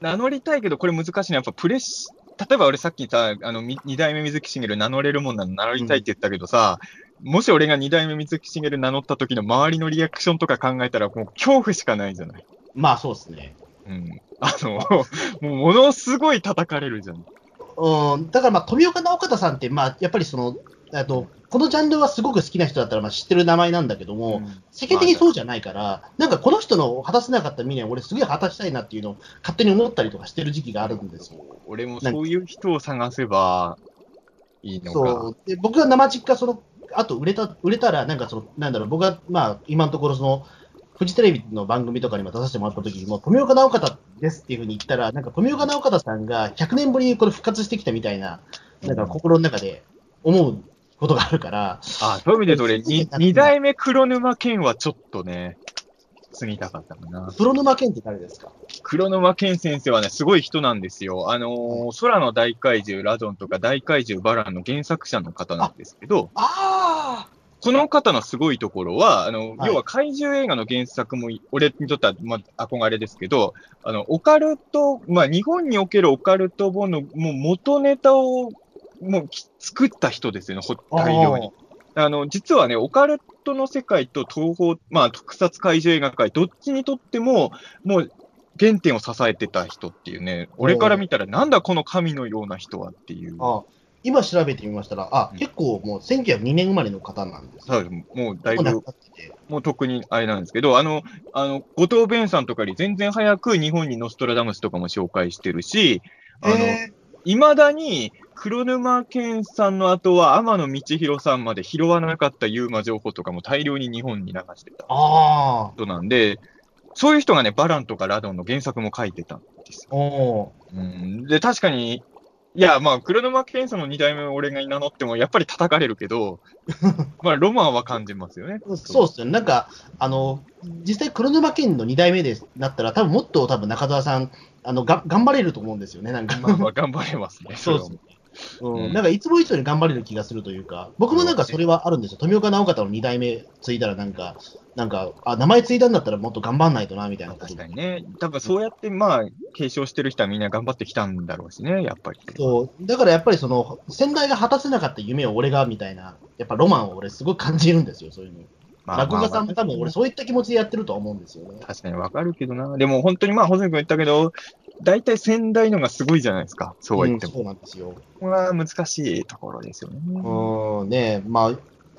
名乗りたいけど、これ難しいのは、やっぱプレッシ例えば俺さっきさ、あの、み二代目水木しげる名乗れるもんなの名乗りたいって言ったけどさ、もし俺が二代目水木しげる名乗った時の周りのリアクションとか考えたら、もう恐怖しかないじゃない。まあそうですね。うん。あの、もうものすごい叩かれるじゃん。うん、だから、まあ、富岡直方さんって、まあ、やっぱりその、あと、このジャンルはすごく好きな人だったら、まあ、知ってる名前なんだけども、世間的にそうじゃないから、なんかこの人の果たせなかった未練、俺すげえ果たしたいなっていうのを勝手に思ったりとかしてる時期があるんですよ。俺もそういう人を探せばいいのか。そうで僕が生実家そのあと売れた売れたら、なんかその、なんだろう、僕が、まあ、今のところその、フジテレビの番組とかにも出させてもらった時にも、富岡直方ですっていうふうに言ったら、なんか富岡直方さんが100年ぶりにこれ復活してきたみたいな、なんか心の中で思うことがあるから、あ、そういう意味で言うと俺、に二代目黒沼健はちょっとね、住みたかったかな。黒沼健って誰ですか黒沼健先生はね、すごい人なんですよ。あのー空の大怪獣ラドンとか大怪獣バランの原作者の方なんですけど、ああこの方のすごいところは、あの、はい要は怪獣映画の原作もい、俺にとっては、まあ、憧れですけど、あの、オカルト、まあ、日本におけるオカルト本の、もう元ネタを、もうき作った人ですよね、ほ大量に。あの、実はね、オカルトの世界と東方、まあ、特撮怪獣映画界、どっちにとっても、もう、原点を支えてた人っていうね、俺から見たら、なんだこの神のような人はっていう。あ今調べてみましたら、あ、うん結構もう1902年生まれの方なんです多ね。分もうだいもう亡ぶくなっててもう特にあれなんですけど、あの、あの、後藤弁さんとかより全然早く日本にノストラダムスとかも紹介してるし、あの、えいまだに黒沼健さんの後は天野道弘さんまで拾わなかったユーマ情報とかも大量に日本に流してたー、あ人なんで、そういう人がね、バランとかラドンの原作も書いてたんですよあ、おうん、で、確かに、いや、まあ、黒沼健さんの二代目を俺が名乗っても、やっぱり叩かれる けど、まあ、ロマンは感じますよね。ーそうっすよね。なんか、あの、実際黒沼県の2代目ですなったら、多分もっと多分中澤さん、あの、が頑張れると思うんですよね、なんか。まあまあ、頑張れます ね。そうっすれね。はうんうんなんかいつも以上に頑張れる気がするというか、僕もなんかそれはあるんですよ、富岡直方の2代目継いだら、なんか、なんかあ名前継いだんだったらもっと頑張んないとなみたいなこと確かにね。多分そうやって、まあ、継承してる人はみんな頑張ってきたんだろうしね、やっぱり。そうだからやっぱりその先代が果たせなかった夢を俺がみたいな、やっぱロマンを俺、すごい感じるんですよ、そういうの。まあ落語家さんも多分俺、まそういった気持ちでやってるとは思うんですよねあ。確かにわかるけどな。でも本当にまあ、細君言ったけど、大体仙台のがすごいじゃないですか。そうは言ってんも。そうなんですよ。ここは難しいところですよね。うん、ねえまあ、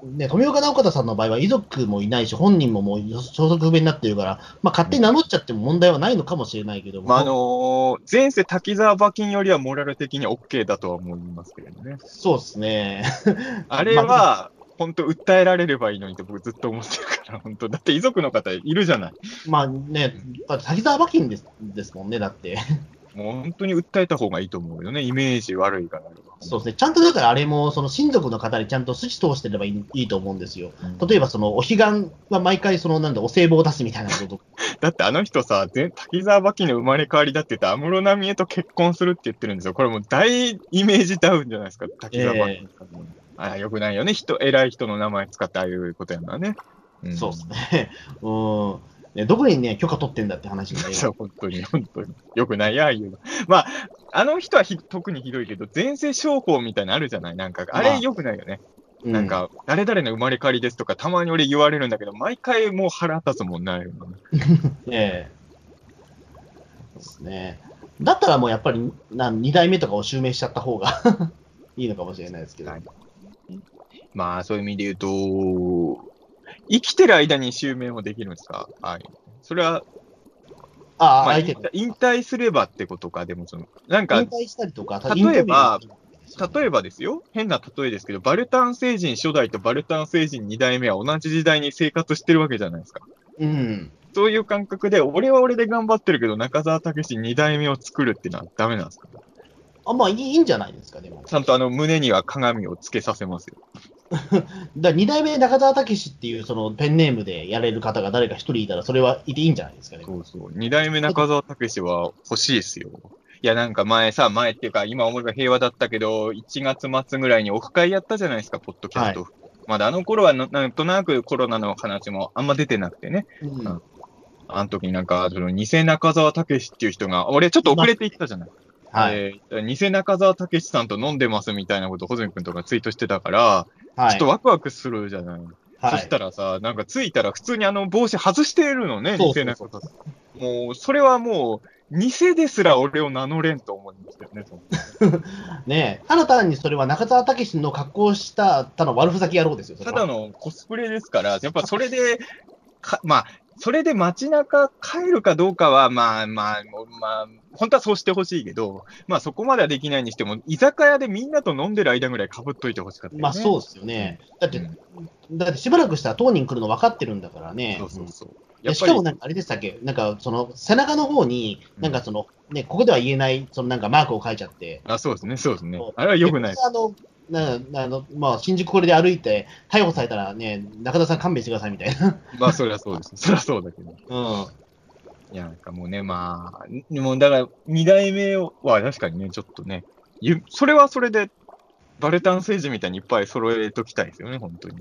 ね、富岡直方さんの場合は遺族もいないし、本人ももう所属不明になってるから、まあ、勝手に名乗っちゃっても問題はないのかもしれないけども、まあ、あのー前世滝沢馬琴よりはモラル的に OK だとは思いますけれどね。そうですね。 あれは、本当訴えられればいいのにって僕ずっと思ってるから、本当だって遺族の方いるじゃない。まあね、だって滝沢馬琴ですですもんね、だって。もう本当に訴えた方がいいと思うよね。イメージ悪いからあれば。そうですね。ちゃんとだからあれも、その親族の方にちゃんと筋通してればいいいいと思うんですよ。うん例えば、その、お彼岸は毎回、その、なんだ、お歳暮を出すみたいなこと。だってあの人さ、ぜ滝沢馬琴の生まれ変わりだって言って、安室奈美恵と結婚するって言ってるんですよ。これもう大イメージダウンじゃないですか、滝沢馬琴。ああ、よくないよね。人、偉い人の名前使ってああいうことやんのはね。んそうですね。うん。ね、どこにね、許可取ってんだって話になりますそう、本当に、本当に。よくないや、ああいうの。まあ、あの人はひ特にひどいけど、前世商法みたいなのあるじゃないなんか、まああれよくないよね。なん、か、誰々の生まれ変わりですとか、たまに俺言われるんだけど、毎回もう腹立つもんないよね。うんええそうですね。だったらもうやっぱり、なん2代目とかを襲名しちゃった方が いいのかもしれないですけど。はいまあ、そういう意味で言うと、生きてる間に襲名もできるんですかはい。それは、ああ、まあ、相引手が退引退すればってことか、でもその、なんか引、退したりとか、イ例えばンタビューに出てきたりとか、例えばですよ、変な例えですけど、バルタン星人初代とバルタン星人2代目は同じ時代に生活してるわけじゃないですか。うん。そういう感覚で、俺は俺で頑張ってるけど、中澤武史2代目を作るっていうのはダメなんですかあ、まあいいいいんじゃないですか、でも。ちゃんとあの胸には鏡をつけさせますよ。だ2代目中澤武史っていうそのペンネームでやれる方が誰か一人いたら、それはいていいんじゃないですかね。そうそう。二代目中澤武史は欲しいですよ。いや、なんか前さ、前っていうか、今思えば平和だったけど、1月末ぐらいにオフ会やったじゃないですか、ポッドキャスト。まだあの頃はな、なんとなくコロナの話もあんま出てなくてね。うんんあの時になんか、その、偽中澤武史っていう人が、俺ちょっと遅れて行ったじゃない。はい。えー偽中澤武史さんと飲んでますみたいなこと、穂積君とかツイートしてたから、はい。ちょっとワクワクするじゃない。はそいしたらさ、なんか着いたら普通にあの帽子外してるのね、そう偽そうなそうこと。もう、それはもう、偽ですら俺を名乗れんと思いましたよね。そのねえ、ただ単にそれは中澤武史の格好をした、ただの悪ふざけ野郎ですよ、それたはだのコスプレですから、やっぱそれで、かまあ、それで街中帰るかどうかは、まあまあ、もうまあ、本当はそうしてほしいけど、まあそこまではできないにしても、居酒屋でみんなと飲んでる間ぐらいかぶっといてほしかったよね。まあそうですよね。だって、うんだってしばらくしたら当人来るの分かってるんだからね。そうそうそう。でしかもなんかあれでしたっけ、なんかその背中の方に、なんかその、ね、ここでは言えない、そのなんかマークを書いちゃって、あ、そうですね、そうですねそう。あれは良くないです。あのななあのまあ、新宿これで歩いて、逮捕されたらね、中田さん勘弁してくださいみたいな。まあそりゃそうです。そりゃそうだけど。うんいや、なんかもうね、まあ、もうだから、二代目は確かにね、ちょっとね、ゆそれはそれで、バレタン政治みたいにいっぱい揃えときたいですよね、本当に。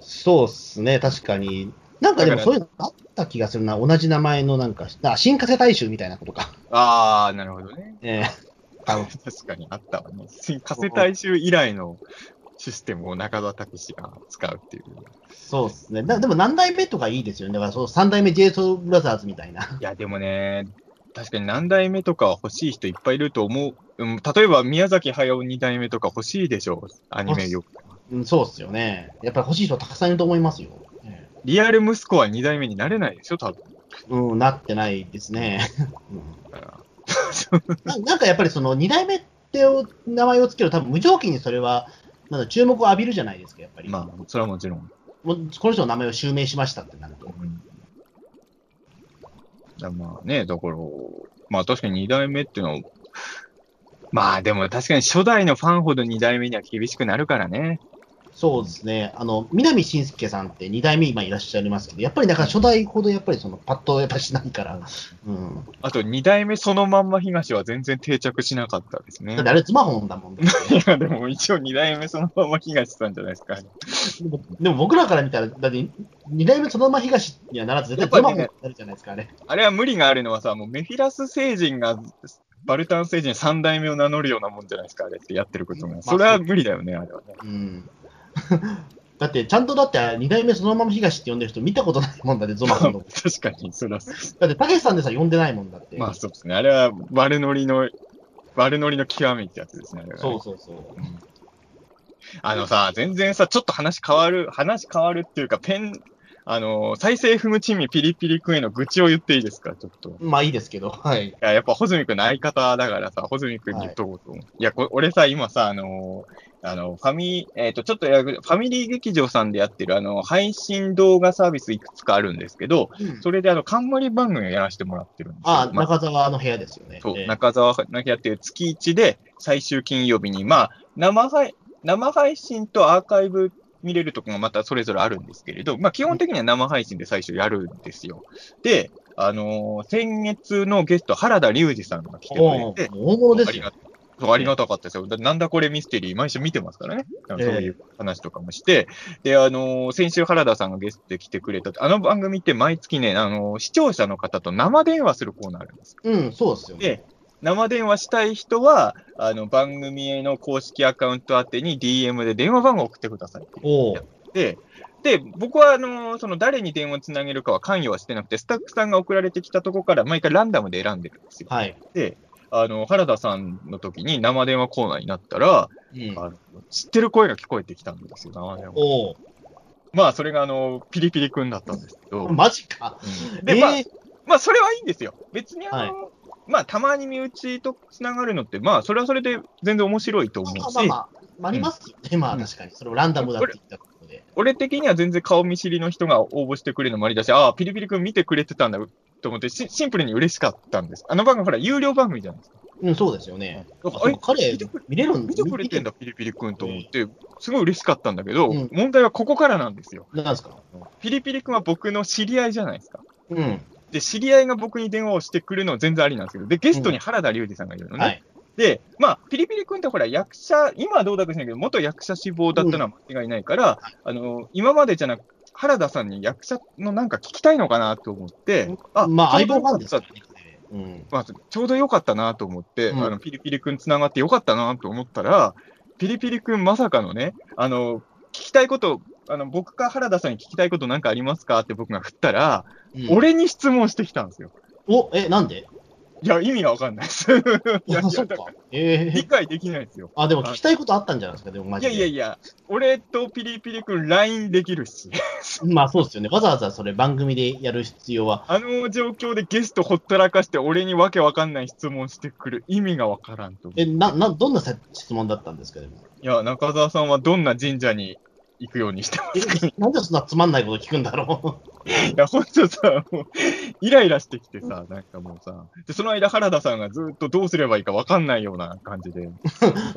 そうっすね、確かに。なんかでもだそかういうのあった気がするな、同じ名前のなんか、あ新加瀬大衆みたいなことか。ああ、なるほどね。ええあの確かにあったわね。新加瀬大衆以来のシステムを中田武史が使うっていう。そうですね。だでも何代目とかいいですよね。だからその3代目 j s o u l b r o t h e r s みたいな。いや、でもね、確かに何代目とかは欲しい人いっぱいいると思う。うん、例えば宮崎駿二代目とか欲しいでしょう、アニメよく。うん、そうですよね。やっぱり欲しい人たくさんいると思いますよ。ええリアル息子は二代目になれないでしょ、多分。うん、なってないですね。うんだからななんかやっぱりその2代目ってお名前をつけると多分無条件にそれは、なんだ注目を浴びるじゃないですか、やっぱり。まあ、それはもちろん。もうこの人の名前を襲名しましたってなると。だまあね、だから、まあ確かに2代目っていうのは、まあでも確かに初代のファンほど2代目には厳しくなるからね。そうですね。あの、南信介さんって2代目今いらっしゃいますけど、やっぱりなんか初代ほどやっぱりそのパッとやっぱしないから。うん。あと2代目そのまんま東は全然定着しなかったですねだっ。てあれスマホだもん、ね。いや、でも一応2代目そのまんま東さんじゃないですか。でもでも僕らから見たら、だって二代目そのまま東にはならず、絶対やっ妻ぱりもねなるじゃないですか、あれ。あれは無理があるのはさ、もうメフィラス星人がバルタン星人3代目を名乗るようなもんじゃないですか、あれってやってることまも。あそれは無理だよね、あれはね。うん。だって、ちゃんとだって、二代目そのまま東って呼んでる人見たことないもんだって、ゾマさんの。確かに、それはだって、たけしさんでさ、呼んでないもんだって。まあそうですね。あれは悪ノリの、悪ノリの極みってやつですね。あれはねそうそうそう。うんあのさ、全然さ、ちょっと話変わる、話変わるっていうか、ペン、あの、再生踏むチミピリピリ君への愚痴を言っていいですか、ちょっと。いまあいいですけど、はい。や、やっぱ、ホズミ君の相方だからさ、ホズミ君に言っとこうと思う。い、やこ、俺さ、今さ、あのあの、ファミ、えっ、と、ちょっとやファミリー劇場さんでやってる、あの、配信動画サービスいくつかあるんですけど、それで、あの、冠番組をやらせてもらってるんですよああ、ま中澤の部屋ですよね。そう、ええ中澤なきゃっていう月1で最終金曜日に、まあ、生配、生配信とアーカイブ見れるとこがまたそれぞれあるんですけれど、まあ基本的には生配信で最初やるんですよ。で、あのー先月のゲスト、原田隆二さんが来てくおれてー、大物であすりよが。そうありがたかったですよ。だなんだこれミステリー、毎週見てますからね。そういう話とかもして。で、あのー先週原田さんがゲストで来てくれた、あの番組って毎月ね、あのー視聴者の方と生電話するコーナーあるんですようん、そうですよね。で、生電話したい人は、あの番組への公式アカウント宛てに DM で電話番号を送ってくださいって言おお。って、で、僕はあのその誰に電話つなげるかは関与はしてなくて、スタッフさんが送られてきたところから毎回ランダムで選んでるんですよ。はい。で、あの原田さんの時に生電話コーナーになったら、うんあの知ってる声が聞こえてきたんですよ、生電話。おまあ、それがあのピリピリ君だったんですけどお。。マジか。うんで、まあえ、えまあ、それはいいんですよ。別にあの、はいまあ、たまに身内とつながるのって、まあ、それはそれで全然面白いと思うし、まあまあまあ、まあ、ありますよね、まあ確かに。それをランダムだって言ったことで。俺的には全然顔見知りの人が応募してくれるのもありだし、ああ、ピリピリ君見てくれてたんだと思って、しシンプルに嬉しかったんです。あの番組、ほら、有料番組じゃないですか。うん、そうですよね。なんあかそうあれか彼見てくれ、見れるん見てくれてんだ、ピリピリくんと思って、すごい嬉しかったんだけど、うん問題はここからなんですよ。なんですかピリピリくんは僕の知り合いじゃないですか。うん。で、知り合いが僕に電話をしてくるのは全然ありなんですけど、で、ゲストに原田龍二さんがいるのね。はい。で、まあ、ピリピリ君ってほら、役者、今はどうだか知らないけど、元役者志望だったのは間違いないから、あの、今までじゃなく、原田さんに役者のなんか聞きたいのかなと思って、まあ、ち相ょう棒ファどよかっンですたからね。うん。まあ、ちょうどよかったなと思って、うんあのピリピリ君つながってよかったなと思ったら、ピリピリ君まさかのね、あの、聞きたいこと、あの、僕か原田さんに聞きたいことなんかありますかって僕が振ったら、うん俺に質問してきたんですよ。お、え、なんでいや、意味がわかんないです。 いやいあ、そやっか。え理え。解できないですよ。あ、でも聞きたいことあったんじゃないですか、でもマいジやで。いやいや、俺とピリピリくん LINE できるし、 まあそうですよね。わざわざそれ番組でやる必要は。あの状況でゲストほったらかして俺にわけわかんない質問してくる意味がわからんと思う。え、な、な、どんなさ質問だったんですかでも。いや、中澤さんはどんな神社に行くようにしてますかえ、 なんでそんなつまんないこと聞くんだろ いや、ほんとさ、もう、イライラしてきてさ、なんかもうさ、で、その間原田さんがずっとどうすればいいかわかんないような感 じで。う。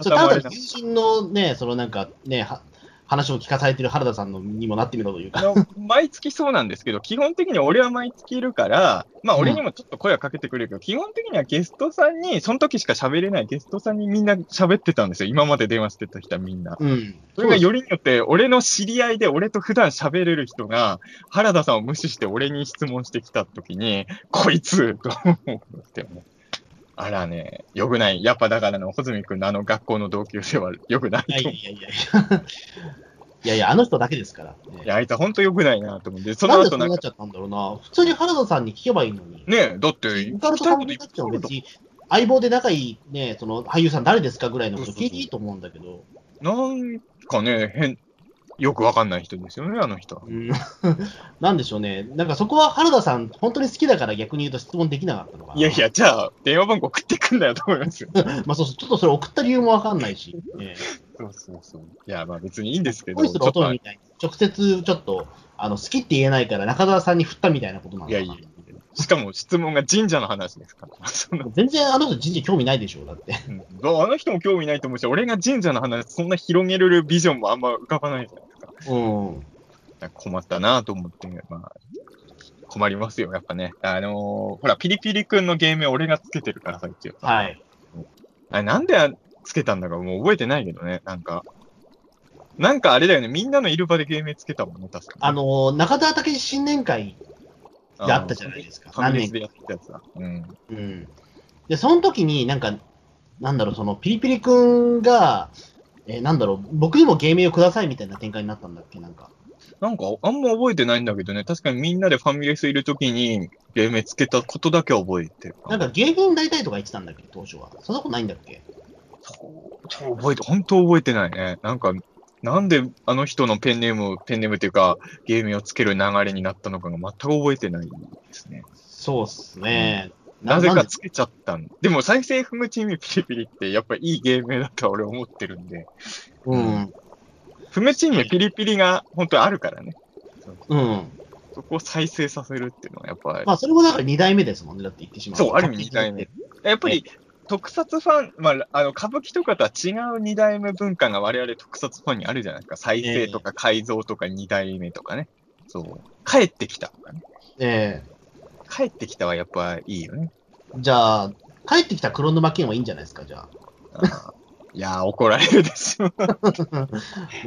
それただの友人のね、そのなんかね、は話を聞かされてる原田さんのにもなってみろというあか。の毎月そうなんですけど、基本的に俺は毎月いるから、まあうん俺にもちょっと声はかけてくれるけど、基本的にはゲストさんに、その時しか喋れないゲストさんにみんな喋ってたんですよ。今まで電話してた人はみんな。うん。それがよりによって、俺の知り合いで俺と普段喋れる人が、原田さんを無視して俺に質問してきた時に、こいつと思っても。あらね、よくない。やっぱだからの、穂積君のあの学校の同級生はよくないいやいとや思う。いやいやい や。いやいや、あの人だけですから、ねいや、あいつは本当よくないなと思って、そのなんでそ後うなんなっ、かちゃったんだろうな。普通に原田さんに聞けばいいのに。ねえ、だって、オカルトさんになくても別に、相棒で仲いいね、その俳優さん誰ですかぐらいのこと聞いていいと思うんだけど。なんかね、変、よくわかんない人ですよね、あの人は。うん なんでしょうね、なんかそこは原田さん、本当に好きだから逆に言うと質問できなかったのかな。いやいや、じゃあ、電話番号送ってくんだよと思いますよ。まあそうそう、ちょっとそれ送った理由もわかんないし、ね、そうそうそう。いや、まあ別にいいん ですけど、こい人のちょっと音みたいに、直接ちょっとあの好きって言えないから中澤さんに振ったみたいなことなのいかやな。いや、しかも質問が神社の話ですから。 その全然あの人、人事興味ないでしょう、だって。うんあの人も興味ないと思うし、俺が神社の話、そんな広げれるビジョンもあんま浮かばないじゃないですか。うん、なんか困ったなと思って、まあ、困りますよ、やっぱね。あのーほら、ピリピリ君の芸名俺がつけてるからさ、一応。はい。あれ、なんであつけたんだかもう覚えてないけどね、なんか。なんかあれだよね、みんなのいる場で芸名つけたもんね、確かに。あのー中澤武史新年会であったじゃないいですか、ファ何ミレ年スでか。やってたやつだ。うん。うん、で、その時に、なんか、なんだろう、そのピリピリ君が、えーなんだろう、僕にも芸名をくださいみたいな展開になったんだっけ、なんか。なんか、あんま覚えてないんだけどね、確かにみんなでファミレスいるときに芸名つけたことだけ覚えてるなんか芸人になりたいとか言ってたんだっけ、当初は。そんなことないんだっけそうちょ覚えて、本当覚えてないね。なんか、なんであの人のペンネーム、ペンネームっていうか、芸名をつける流れになったのかが全く覚えてないですね。そうっすね。なぜなかんでつけちゃったんでも再生不無チームピリピリってやっぱいい芸名だとは俺思ってるんで。うん。不無チームピリピリが本当にあるからね。うん。そこを再生させるっていうのはやっぱりまあ、それもだから2代目ですもんね、だって言ってしまうと。そうある意味二代目。やっぱり特撮ファン、まあ、あの歌舞伎とかとは違う二代目文化が我々特撮ファンにあるじゃないですか。再生とか改造とか二代目とかね。そう。帰ってきたとかね。ええ帰ってきたはやっぱいいよね。じゃあ、帰ってきた黒沼健はいいんじゃないですか、じゃあ。あーいやー、怒られるでしょ。うん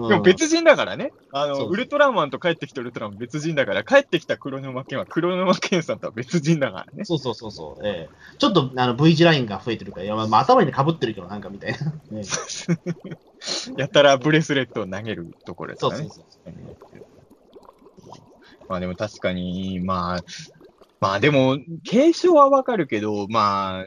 でも別人だからね。そあうの、そうウルトラマンと帰ってきたウルトラマン別人だから、帰ってきた黒沼健は黒沼健さんとは別人だからね。そうそうそうそう。ええちょっとあの V 字ラインが増えてるから、いやまあ、頭にかぶってるけど、なんかみたいな。ねやたらブレスレットを投げるところですそうかそねう。そう。まあでも確かに、まあ、まあでも、継承はわかるけど、まあ、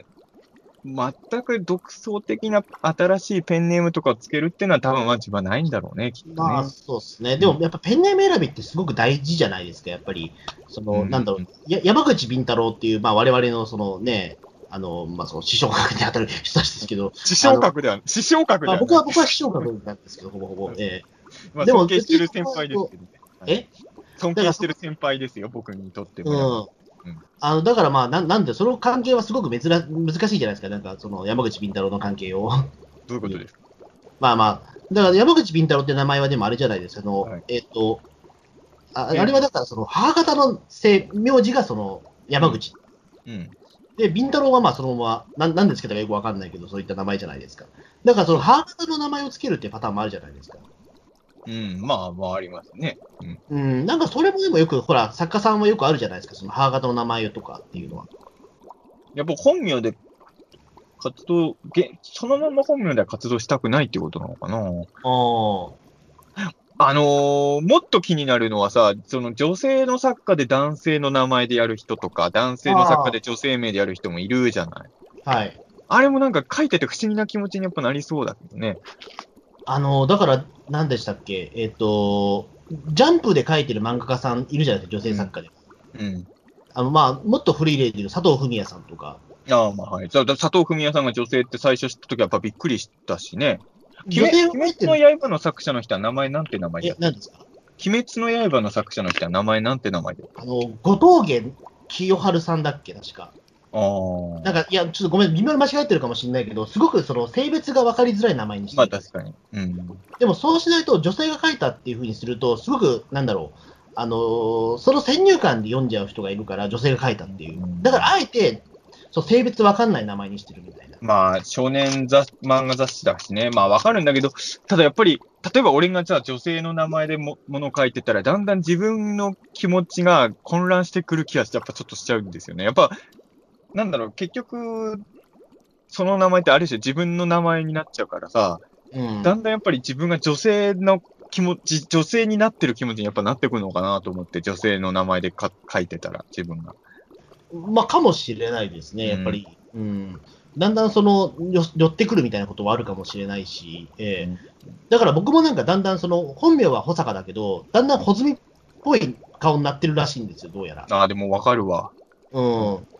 全く独創的な新しいペンネームとかをつけるっていうのは多分まあ自分はないんだろうね、きっとまあね。そうですね、でもやっぱペンネーム選びってすごく大事じゃないですか、やっぱり、そのうんなんだろう、や山口敏太郎っていう、まあ我々のそのね、あのまあ、その師匠格に当たる人たちですけど、師匠格では、師匠格でまあ、は僕ない。は僕は師匠格なんですけど、ほぼほぼ、ええまあ、でも尊敬してる先輩ですけどね。え尊敬してる先輩ですよ、僕にとっても。うん、うんあのだからまあなん、なんで、その関係はすごく珍難しいじゃないですか、なんかその山口敏太郎の関係を。どういうことですかまあまあ、だから山口敏太郎って名前はでもあれじゃないですか、あのはいえっ、とあ、ええあれはだからその母方の姓名字がその山口、うん。で、敏太郎はまあそのまま、なんなんですけどよくわかんないけど、そういった名前じゃないですか。だからその母方の名前をつけるっていうパターンもあるじゃないですか。うん。まあまあありますね。ううん。ん、なんかそれもでもよく、ほら、作家さんはよくあるじゃないですか、その母方の名前とかっていうのは。やっぱ本名で活動、げそのまま本名では活動したくないってことなのかなああのーもっと気になるのはさ、その女性の作家で男性の名前でやる人とか、男性の作家で女性名でやる人もいるじゃない。あ、はい。あれもなんか書いてて不思議な気持ちにやっぱなりそうだけどね。あの、だから、何でしたっけ、えっ、と、ジャンプで書いてる漫画家さんいるじゃないですか、女性作家で。うん。ああの、まあ、もっと古い例で言うと佐藤文也さんとか。あまあはい。だだ佐藤文也さんが女性って最初知った時はやっぱびっくりしたしね。女性を書鬼いて滅る。の刃の作者の人は名前なんて名前えだ、何ですか鬼滅の刃の作者の人は名前なんて名前だあの、後藤源清春さんだっけ、確か。ああ。なんか、いや、ちょっとごめん、微妙に間違ってるかもしれないけど、すごくその性別が分かりづらい名前にしてまある。確かに。うん。でもそうしないと、女性が書いたっていうふうにすると、すごく、なんだろう、あのーその先入観で読んじゃう人がいるから、女性が書いたっていうう。んだから、あえて、そう性別分かんない名前にしてるみたいな。まあ、少年雑漫画雑誌だしね。まあ、わかるんだけど、ただやっぱり、例えば俺がじゃあ女性の名前でもものを書いてたら、だんだん自分の気持ちが混乱してくる気がして、やっぱちょっとしちゃうんですよね。やっぱ、なんだろう、結局、その名前ってある種自分の名前になっちゃうからさ、うんだんだんやっぱり自分が女性の気持ち、女性になってる気持ちにやっぱなってくるのかなと思って、女性の名前でか書いてたら、自分が。まあ、かもしれないですね、やっぱり。うんだんだんそのよ寄ってくるみたいなことはあるかもしれないし、ええだから僕もなんかだんだんその本名は保坂だけど、だんだん穂積っぽい顔になってるらしいんですよ、どうやら。ああ、でもわかるわ。うん、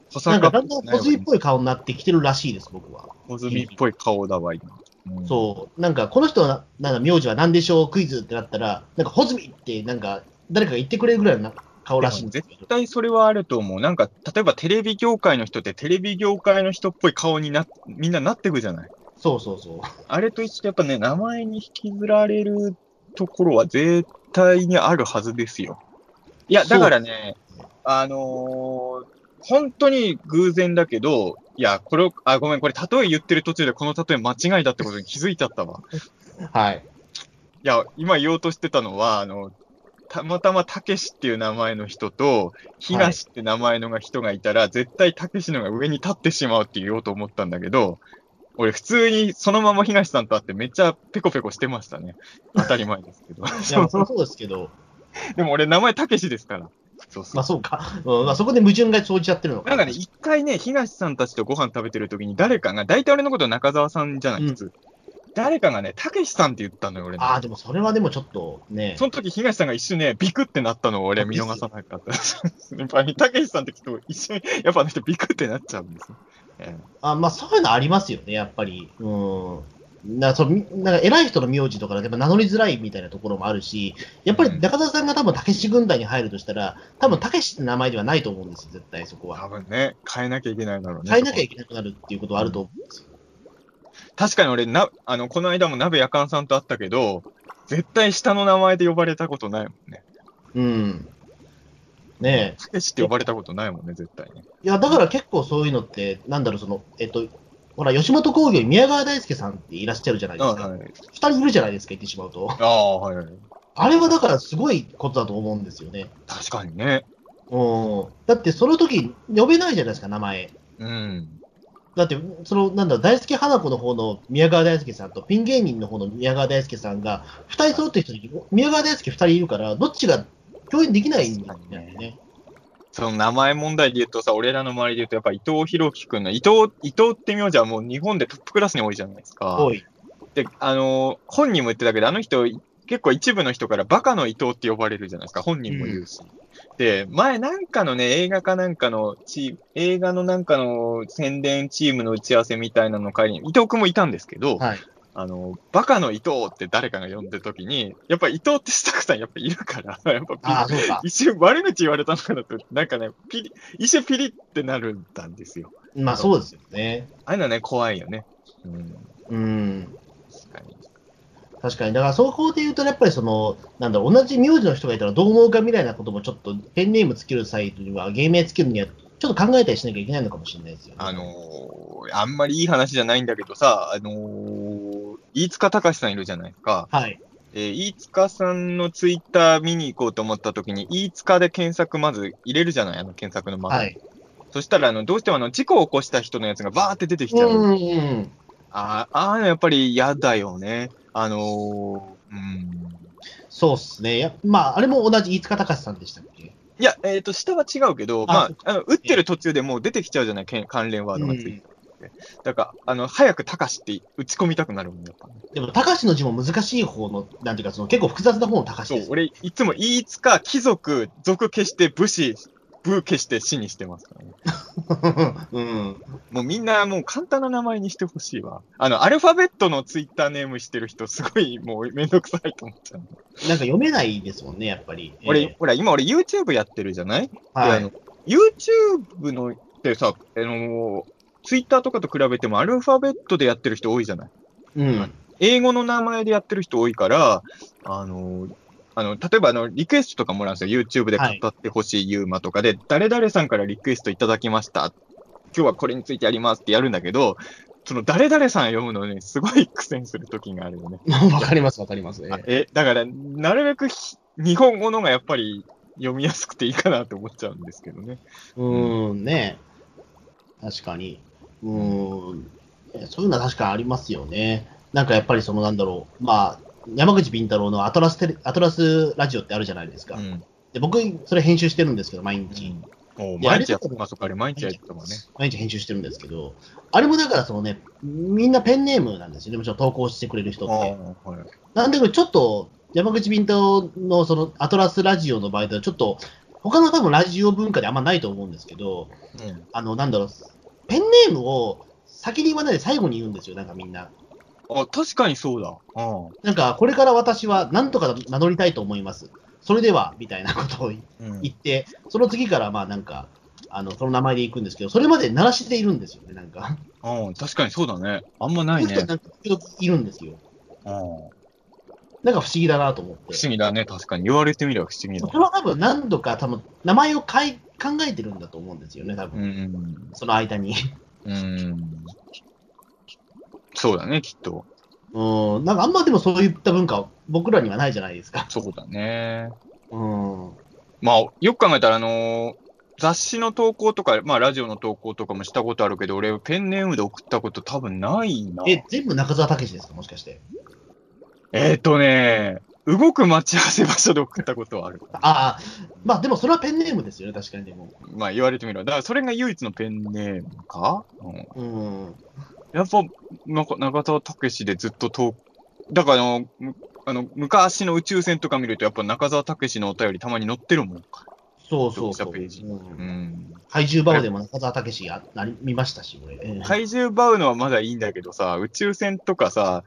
小なん坂かだっぽくんだんない穂積っぽい顔になってきてるらしいです、僕は。小泉っぽい顔だわ、今。うんそう、なんかこの人のなんか名字は何でしょうクイズってなったら、なんか穂積ってなんか誰かが言ってくれるぐらいの顔らしいんですけど絶。対それはあると思う。なんか、例えばテレビ業界の人ってテレビ業界の人っぽい顔にな、みんななってくじゃない。そうそうそう。あれと一緒でやっぱね、名前に引きずられるところは絶対にあるはずですよ。いや、だからねそう、あのー本当に偶然だけど、いや、これを、あ、ごめん、これ例え言ってる途中でこの例え間違いだってことに気づいちゃったわ。はい。いや、今言おうとしてたのは、あの、たまたまたけしっていう名前の人と、東って名前のが人がいたら、絶対たけしのが上に立ってしまうって言おうと思ったんだけど、俺普通にそのまま東さんと会ってめっちゃペコペコしてましたね。当たり前ですけど。いや、 まあそりそゃそうですけど。うでも俺名前たけしですから。そうそ う。まあそうか、うんまあ、そこで矛盾が生じちゃってるのかなんかね、一回ね、東さんたちとご飯食べてる時に誰かが、大体俺のこと中澤さんじゃない、普通。誰かがね、たけしさんって言ったのよ、俺の。ああ、でもそれはでもちょっとね、その時、東さんが一瞬ね、ビクってなったのを俺見逃さなか った。先輩に、たけしさんって聞くと一瞬、やっぱあの人ビクってなっちゃうんですよ。えあまあそういうのありますよね、やっぱり。うんなそのみなんか偉い人の名字とかだとやっぱ名乗りづらいみたいなところもあるし、やっぱり中澤さんが多分たけし軍団に入るとしたら、多分たけしって名前ではないと思うんですよ、絶対そこえ多は。分ね、変えなきゃいけないだろうね。変えなきゃいけなくなるっていうことはあると思うんですよ。確かに俺な、あの、この間も鍋やかんさんと会ったけど、絶対下の名前で呼ばれたことないもんね。うん。ねえ。たけしって呼ばれたことないもんね、絶対ね。いや、だから結構そういうのって、なんだろう、その、えっと、ほら、吉本興業に宮川大輔さんっていらっしゃるじゃないであすあ、か。はい。二人いるじゃないですか、言ってしまうと。ああ、はいはい。あれはだからすごいことだと思うんですよね。確かにね。うん、だってその時呼べないじゃないですか、名前。うん。だって、その、なんだ、大輔花子の方の宮川大輔さんと、ピン芸人の方の宮川大輔さんが、二人揃ってる人に、宮川大輔二人いるから、どっちが共演できないんだよね。その名前問題で言うとさ、俺らの周りで言うと、やっぱ伊藤博樹くんの、伊藤、伊藤って名字はもう日本でトップクラスに多いじゃないですか。多い。で、あのー本人も言ってたけど、あの人、結構一部の人からバカの伊藤って呼ばれるじゃないですか、本人も言うし。で、前なんかのね、映画かなんかのチーム、映画のなんかの宣伝チームの打ち合わせみたいなの会に、伊藤くんもいたんですけど、はい。あの、バカの伊藤って誰かが呼んでる時に、やっぱ伊藤ってスタッフさんやっぱいるから、やっあぱあ、そうか。ピ一瞬悪口言われたのかなと、なんかね、ピリ、一瞬ピリってなるんだんですよ。まあそうですよね。ああいうのはね、怖いよね。うん、うん。確かに。確かに。だからそこで言うと、やっぱりその、なんだろう、同じ名字の人がいたらどう思うかみたいなこともちょっと、ペンネームつける際には、芸名つけるには、ちょっと考えたりしなきゃいけないのかもしれないですよね。あのーあんまりいい話じゃないんだけどさ、あのー飯塚隆さんいるじゃないですか。はい。えー飯塚さんのツイッター見に行こうと思った時に、飯塚で検索まず入れるじゃないあの検索の窓、はい。そしたら、あの、どうしてもあの、事故を起こした人のやつがバーって出てきちゃう。うんうん。あーあー、やっぱり嫌だよね。あのーうん。そうっすね。やまあ、あれも同じ飯塚隆さんでしたっけいや、えっ、と、下は違うけど、あまそっあ、あの打ってる途中でもう出てきちゃうじゃない、けん関連ワードがついて。うんだから、あの、早く高しって打ち込みたくなるもん、やっぱね。でも、隆の字も難しい方の、なんていうか、その結構複雑な方の隆そでう、す。俺、いつも、いつか、貴族、族消して、武士、武消して、死にしてますからね。 うん。もうみんな、もう簡単な名前にしてほしいわ。あの、アルファベットのツイッターネームしてる人、すごい、もうめんどくさいと思っちゃう。なんか読めないですもんね、やっぱり。俺、えほら、今俺 YouTube やってるじゃない、ーはでい。あの ?YouTube のってさ、あの、ツイッターとかと比べてもアルファベットでやってる人多いじゃないうん。英語の名前でやってる人多いから、あの、あの、例えばあの、リクエストとかもらうんですよ。YouTube で語ってほしいユーマとかで、誰々さんからリクエストいただきました。今日はこれについてやりますってやるんだけど、その誰々さん読むのにすごい苦戦する時があるよね。 わかります、わかります。えあーえ、だから、なるべくひ日本語のがやっぱり読みやすくていいかなと思っちゃうんですけどね。うーん、ね確かに。うーん。えそういうのは確かにありますよね。なんかやっぱりそのなんだろう。まあ、山口敏太郎のアトラステレアトラスラジオってあるじゃないですか。ん。で僕、それ編集してるんですけど、毎日。もういや毎日やあれってますか、あれ毎日やってたもんね。毎日編集してるんですけど、あれもだからそのね、みんなペンネームなんですよね、もちろん投稿してくれる人って。あーはいなんだけど、ちょっと山口敏太のそのアトラスラジオの場合では、ちょっと他の多分ラジオ文化であんまないと思うんですけど、うんあの、なんだろう、ペンネームを先に言わないで最後に言うんですよ、なんかみんな。あ、確かにそうだ。うん。なんか、これから私は何とか名乗りたいと思います。それでは、みたいなことを言うん言って、その次からまあなんか、あの、その名前で行くんですけど、それまで鳴らしでいるんですよね、なんか。うん、確かにそうだね。あんまなそういいう人ね。なんか時々いるんですよ。うん不思なんか不思議だなと思って。議だね、確かに。言われてみれば不思議だそ。れは多分何度か多分名前を変え考えてるんだと思うんですよね、多う分、ん。その間に。うん。そうだね、きっと。うん、なんかあんまでもそういった文化は僕らにはないじゃないですか。そうだね。うん。はまあ、よく考えたら、あのー雑誌の投稿とか、まあ、ラジオの投稿とかもしたことあるけど、俺、ペンネームで送ったこと多分ないな。いえ、全部中澤武史ですか、もしかして。えっ、とね、動く待ち合わせ場所で送ったことはある。ああ、まあでもそれはペンネームですよね、確かにでも。まあ、言われてみれば。だから、それが唯一のペンネームか、うん、うん。やっぱ、なんか長澤武史でずっと投だからあの、むあの、昔の宇宙船とか見ると、やっぱ中澤武史のお便りたまに載ってるもん。そうそうそう。読者ページうんん。怪獣バオでも中澤武史やなり見ましたし、俺。うん怪獣バウのはまだいいんだけどさ、宇宙船とかさ、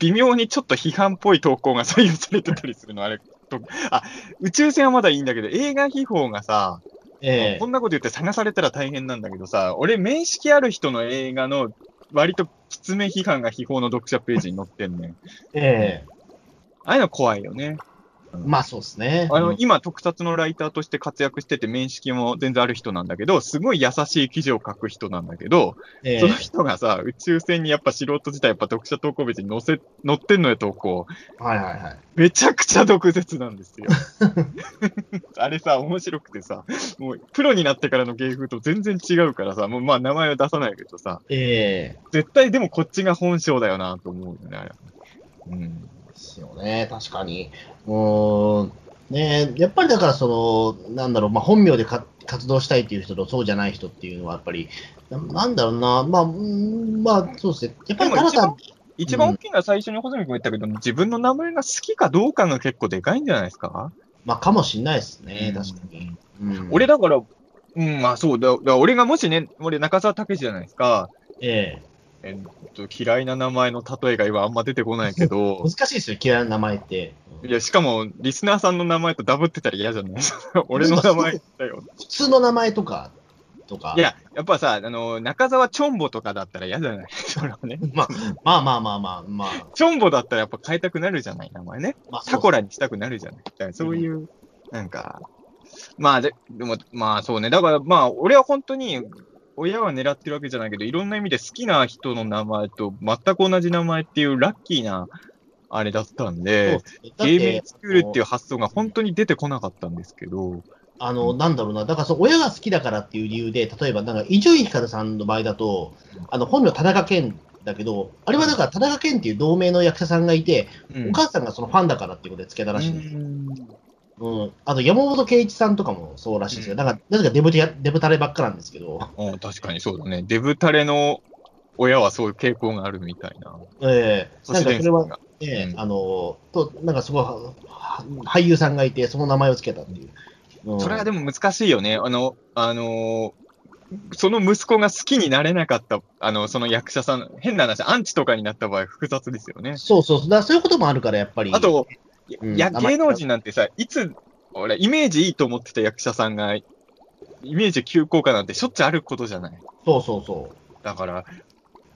微妙にちょっと批判っぽい投稿が採用されてたりするの、あれ。とあ、宇宙船はまだいいんだけど、映画秘宝がさ、ええこんなこと言って探されたら大変なんだけどさ、俺、面識ある人の映画の、割ときつめ批判が秘宝の読者ページに載ってんねん。ええああいうの怖いよね。まあそうですね。 あの、うん今、特撮のライターとして活躍してて、面識も全然ある人なんだけど、すごい優しい記事を書く人なんだけど、ええその人がさ、宇宙船にやっぱ素人自体、やっぱ読者投稿別に載せ、載ってんのよ、投稿。はいはいはい。めちゃくちゃ毒舌なんです よ。あれさ、面白くてさ、もう、プロになってからの芸風と全然違うからさ、もうまあ名前は出さないけどさ、ええ絶対でもこっちが本性だよなと思うよね、あれ。うん。ですよね、確かに。うーんねえ、やっぱりだからその、なんだろう、まあ、本名でか活動したいっていう人とそうじゃない人っていうのは、やっぱり、ななんだろうな、まあ、うーんまあ、そうですね、やっぱりでただも一さ番ん、一番大きいのは最初に細見君が言ったけど、自分の名前が好きかどうかが結構でかいんじゃないですか、まあ、かもしれないですね、うん確かに。うん俺、だから、うん、まあそうだ、だから俺がもしね、俺中澤武史じゃないですか、えええっと、嫌いな名前の例えが今あんま出てこない けど難、しいですよ、嫌いな名前って。いや、しかも、リスナーさんの名前とダブってたら嫌じゃない 俺の名前だよ。普通の名前とか、とか。いや、やっぱさ、あの、中澤チョンボとかだったら嫌じゃない それはね。まあ、まあまあまあまあ、まあ、チョンボだったらやっぱ変えたくなるじゃない、名前ね。まあ、タコラ。ラにしたくなるじゃない。だからそういう、なんか、まあで、でも、まあそうね。だからまあ、俺は本当に、親は狙ってるわけじゃないけど、いろんな意味で好きな人の名前と全く同じ名前っていうラッキーな、あれだったんそうでで、すねだっゲーミてングスクールっていう発想が本当に出てこなかったんですけど、あの、なんだろうな、だからその親が好きだからっていう理由で、例えば、なんか、伊集院光さんの場合だと、あの、本名田中健だけど、あれはだから田中健っていう同盟の役者さんがいて、うんお母さんがそのファンだからっていうことでつけたらしいんですよ。うん。あと、山本圭一さんとかもそうらしいですよ。うんだから、なぜかデブやデブタレばっかなんですけど、うん確かにそうだね。デブタレの親はそういう傾向があるみたいな。ええなんかそれは、が。ええうんあの、と、なんかすごいは、は俳優さんがいて、その名前をつけたっていう。うんそれはでも難しいよね。あの、あのーその息子が好きになれなかった、あの、その役者さん、変な話、アンチとかになった場合複雑ですよね。そうそうそう、だからそういうこともあるから、やっぱり。あと、いうんや、名前芸能人なんてさ、いつ、俺、イメージいいと思ってた役者さんが、イメージ急降下なんてしょっちゅうあることじゃない。そうそうそう。だから、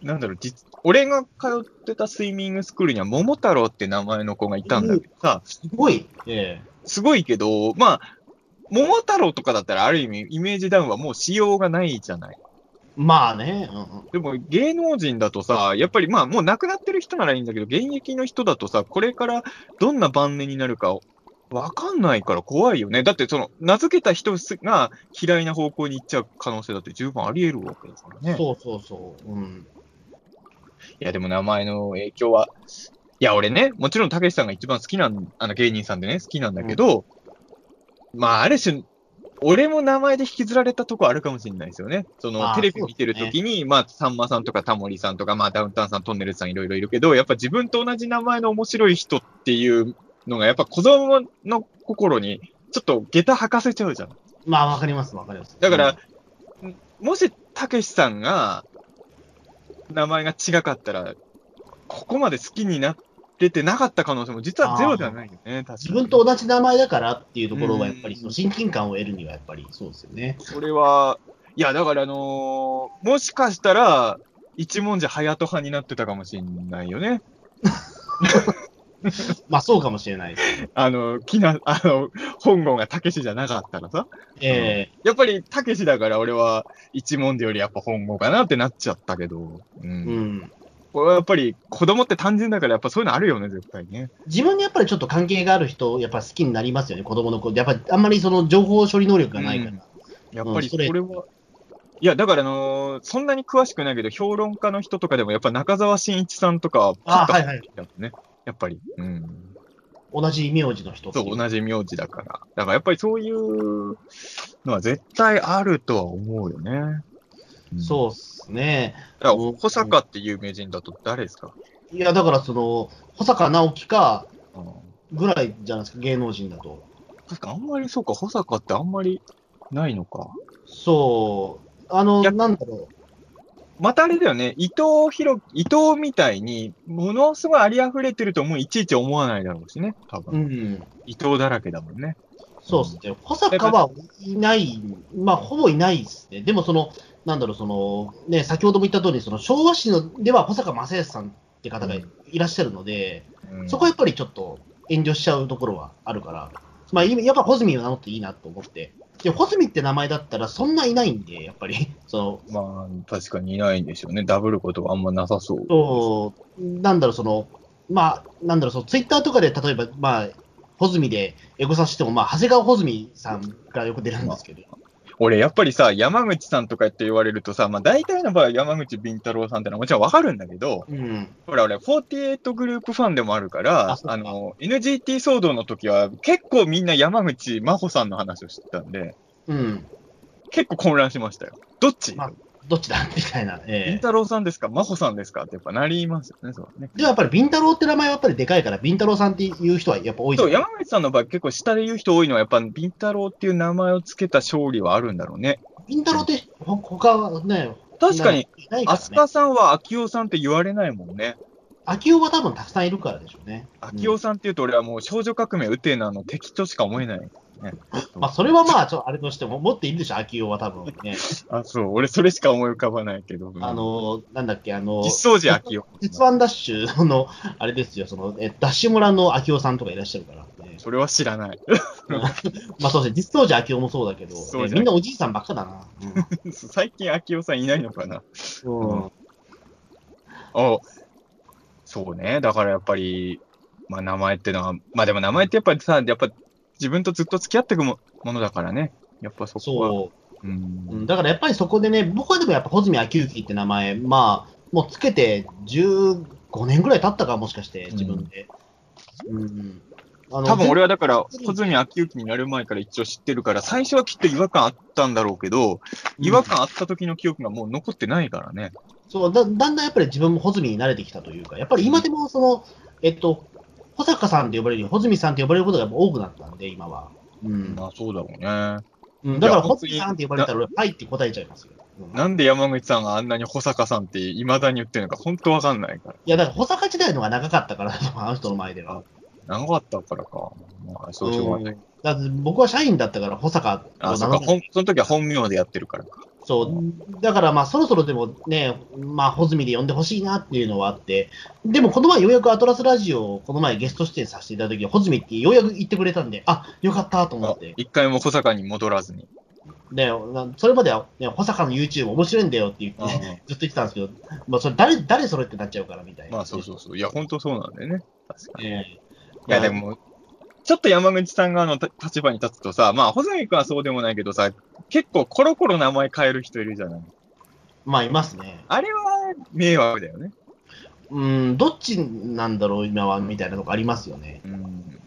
なんだろう、実俺が通ってたスイミングスクールには、桃太郎って名前の子がいたんだけどさ、すごい、えすごいけど、まあ、桃太郎とかだったらある意味イメージダウンはもうしようがないじゃない。えまあね、うんうんでも芸能人だとさ、やっぱりまあもう亡くなってる人ならいいんだけど、現役の人だとさ、これからどんな晩年になるかわかんないから怖いよね。だってその、名付けた人が嫌いな方向に行っちゃう可能性だって十分あり得るわけだからね。そうそうそう。うん。いや、でも名前の影響は、いや、俺ね、もちろんたけしさんが一番好きなん、あの芸人さんでね、好きなんだけど、まあ、ある種、俺も名前で引きずられたとこあるかもしれないですよね。そまあの、テレビ見てるときに、まあ、さんまさんとかタモリさんとか、まあ、ダウンタウンさん、トンネルズさんいろいろいるけど、やっぱ自分と同じ名前の面白い人っていうのが、やっぱ子供の心に、ちょっと下駄履かせちゃうじゃん。まあ、わかります、わかります。だから、もしたけしさんが、名前が違かったら、ここまで好きになっててなかった可能性も実はゼロではないよね、確かに自分と同じ名前だからっていうところは、やっぱり、うんその親近感を得るには、やっぱりそうですよね。それは、いや、だからあのーもしかしたら、一文字隼人派になってたかもしれないよね。まあ、そうかもしれないです。あの、きな、あの、本郷がたけしじゃなかったらさ。ええやっぱりたけしだから俺は一文字よりやっぱ本郷かなってなっちゃったけど。う。うんん。これはやっぱり子供って単純だからやっぱそういうのあるよね、絶対ね。自分にやっぱりちょっと関係がある人、やっぱ好きになりますよね、子供の子。やっぱり、あんまりその情報処理能力がないから。うんやっぱうんりそそれれは、いや、だから、あのーそんなに詳しくないけど、評論家の人とかでも、やっぱ中澤慎一さんとか、あパッとはいはい入ってきたもんね。やっぱり、うん。同じ名字の人っていそう、同じ名字だから。だから、やっぱりそういうのは絶対あるとは思うよね。そうっすね。うん。だから、小坂っていう名人だと誰ですか、いや、だから、その、保坂直樹か、うん、ぐらいじゃないですか、芸能人だと。確か、あんまり、そうか、小坂ってあんまりないのか。そう。あの、逆なんだろまたあれだよね、伊藤博、伊藤みたいに、ものすごいありふれてるともういちいち思わないだろうしね、多分。う。うん。伊藤だらけだもんね。そうっすね。保坂はいない、まあ、ほぼいないですね。でも、その、なんだろう、その、ね、先ほども言った通り、その、昭和史のでは保坂正康さんって方がいらっしゃるので、そこはやっぱりちょっと遠慮しちゃうところはあるから、まあ、今やっぱホズミを名乗っていいなと思って。で、ホズミって名前だったらそんないないんで、やっぱり、 その、まあ、確かにいないんでしょうね。ダブることはあんまなさそう。そう、なんだろう、その、まあ、なんだろう、そのツイッターとかで例えば、まあ、穂積でエゴサしても、まあ、長谷川穂積さんがよく出るんですけど、俺、やっぱりさ、山口さんとかって言われるとさ、まあ大体の場合、山口敏太郎さんってのはもちろんわかるんだけど、うん、ほら、俺、48グループファンでもあるから、ああそうかの、NGT 騒動の時は、結構みんな山口真帆さんの話をしてたんで、うん、結構混乱しましたよ。どっち、まあどっちだみたいな、敏ええ太郎さんですか真帆さんですかってやっぱなりますよね、そうね。でもやっぱり、ビンタロウって名前はやっぱりでかいから、ビンタロウさんっていう人はやっぱ多いそう、です山口さんの場合、結構下で言う人多いのは、やっぱ、敏太郎っていう名前をつけた勝利はあるんだろうね。ビンタロウってほ他はね、確かに、いないから飛ね。鳥さんは秋夫さんって言われないもんね。秋夫は多分たくさんいるからでしょうね。秋夫さんっていうと俺はもう少女革命ウテナの敵としか思えない。まあ、それはまあ、ちょっとあれとしても、持っているでしょ、秋夫は多分ね。あ、そう。 俺それしか思い浮かばないけど。あ、の、なんだっけ、あの、実相 寺秋夫。鉄腕ダッシュの、あれですよ、その、えダッシュ村の秋夫さんとかいらっしゃるから、ね。それは知ら ない。まあそうですね、実装時秋夫もそうだけど、そうじゃんえみんなおじいさんばっかだな。最近秋夫さんいないのかな。うんうんあ、そうね。だからやっぱり、まあ名前ってのは、まあでも名前ってやっぱりさ、やっぱ自分とずっと付き合っていくもものだからね。やっぱそこは。。そうう、うんんだからやっぱりそこでね、僕はでもやっぱ穂積秋之って名前、まあ、もうつけて15年ぐらい経ったか、もしかして、自分で。うんあの多分俺はだから、全然小泉秋之になる前から一応知ってるから、最初はきっと違和感あったんだろうけうど、ん違和感あった時の記憶がもう残ってないからね。そうだだんだんやっぱり自分も穂積に慣れてきたというか、やっぱり今でもその、えっと、保坂さんって呼ばれるより、穂積さんって呼ばれることがやっぱ多くなったんで、今は。うんまあそうだろうね。うん、だから、いや穂積さんって呼ばれたら、俺、はいって答えちゃいますよ。うんなんで山口さんがあんなに保坂さんって未だに言ってるのか本当わかんないから。いや、だから、保坂時代のが長かったから、あの人の前では。長かったからか。まあそうしょうがない。うんだって僕は社員だったから、保坂をあ、名そっ乗るか。ほんその時は本名でやってるから。そう。だから、まあ、そろそろでもね、まあ、穂積で呼んでほしいなっていうのはあって、でも、この前、ようやくアトラスラジオをこの前ゲスト出演させていただいた時、穂積ってようやく言ってくれたんで、あ、よかったと思あって。一回も小坂に戻らずに。で、なそれまでは、ね、保坂の YouTube 面白いんだよって言って、ずっと言ってたんですけど、まあ、それ誰、誰それってなっちゃうから、みたいな。まあそうそうそう。いや、本当そうなんだよね。確かに。いええや、で、も、ちょっと山口さん側のた立場に立つとさ、まあ、穂積君はそうでもないけどさ、結構コロコロ名前変える人いるじゃない。まあ、いますね。あれは迷惑だよね。うん、どっちなんだろう、今は、みたいなのがありますよね。うん。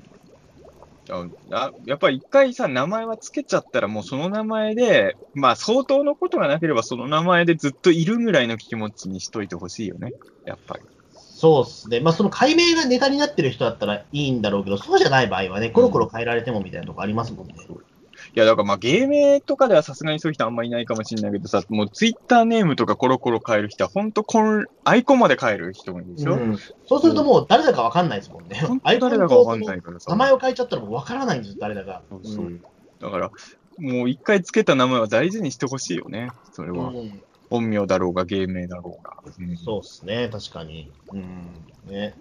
ああやっぱり一回さ、名前はつけちゃったら、もうその名前で、まあ相当のことがなければ、その名前でずっといるぐらいの気持ちにしといてほしいよね。やっぱり。そうですね、まあ、その解明がネタになってる人だったらいいんだろうけど、そうじゃない場合はね、コロコロ変えられてもみたいなとこありますもんね。いや、だからまあ、芸名とかではさすがにそういう人あんまいないかもしれないけどさ、もうツイッターネームとかコロコロ変える人は、ほんとこん、アイコンまで変える人もいるでしょ、うんそうするともう誰だかわかんないですもんね。ほんとあいつの誰だかわかんないからさ。名前を変えちゃったらもうわからないんですよ、誰だか。そうそううんだから、もう一回つけた名前は大事にしてほしいよね。それは。うん本名だろうが、芸名だろうが。うんそうですね、確かに。うん。ね。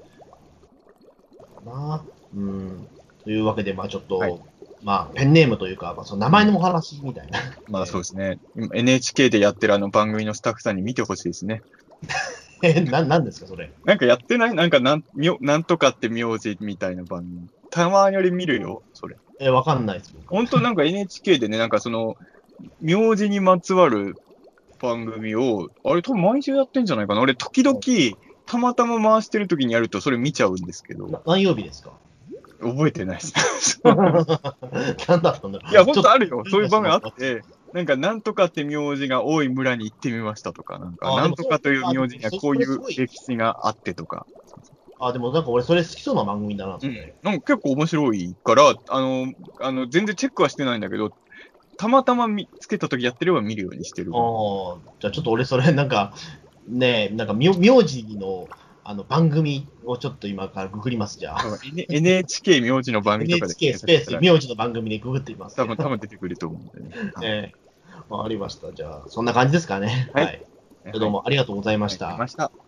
なあ。うん。というわけで、まあちょっと、はいまあペンネームというか、まあ、その名前のお話みたいな。 まあそうですね。今 NHK でやってるあの番組のスタッフさんに見てほしいですね。え、ななんですか、それ。なんかやってないなんかなん、みょなんとかって名字みたいな番組。たまに俺見るよ、それ。え、わかんないです僕本当なんか NHK でね、なんかその、名字にまつわる番組を、あれ多分毎週やってんじゃないかな。俺時々、たまたま回してる時にやるとそれ見ちゃうんですけど、な何曜日ですか 覚えてないです。何だったんだろういや、本ちょっ当とあるよ。そういう番組あって、なんかなんとかって名字が多い村に行ってみましたとか、なんかあでもなんとかという名字にはそうこういそれすうごい歴史があってとか。あ、でもなんか俺それ好きそうな番組だな、そうんれ。、なんか結構面白いから、あの、あの全然チェックはしてないんだけど、たまたま見つけた時やってれば見るようにしてる。ああ、じゃあちょっと俺それなんか、ねえ、なんか名名字のあの番組をちょっと今からググります、じゃあ。 N- NHK 名字の番組とかで NHK スペース名字の番組でググってみます、多分、多分出てくると思うん でね。ええわかりました。じゃあ、そんな感じですかね。はいはい。どうもありがとうございました。ありがとうございました。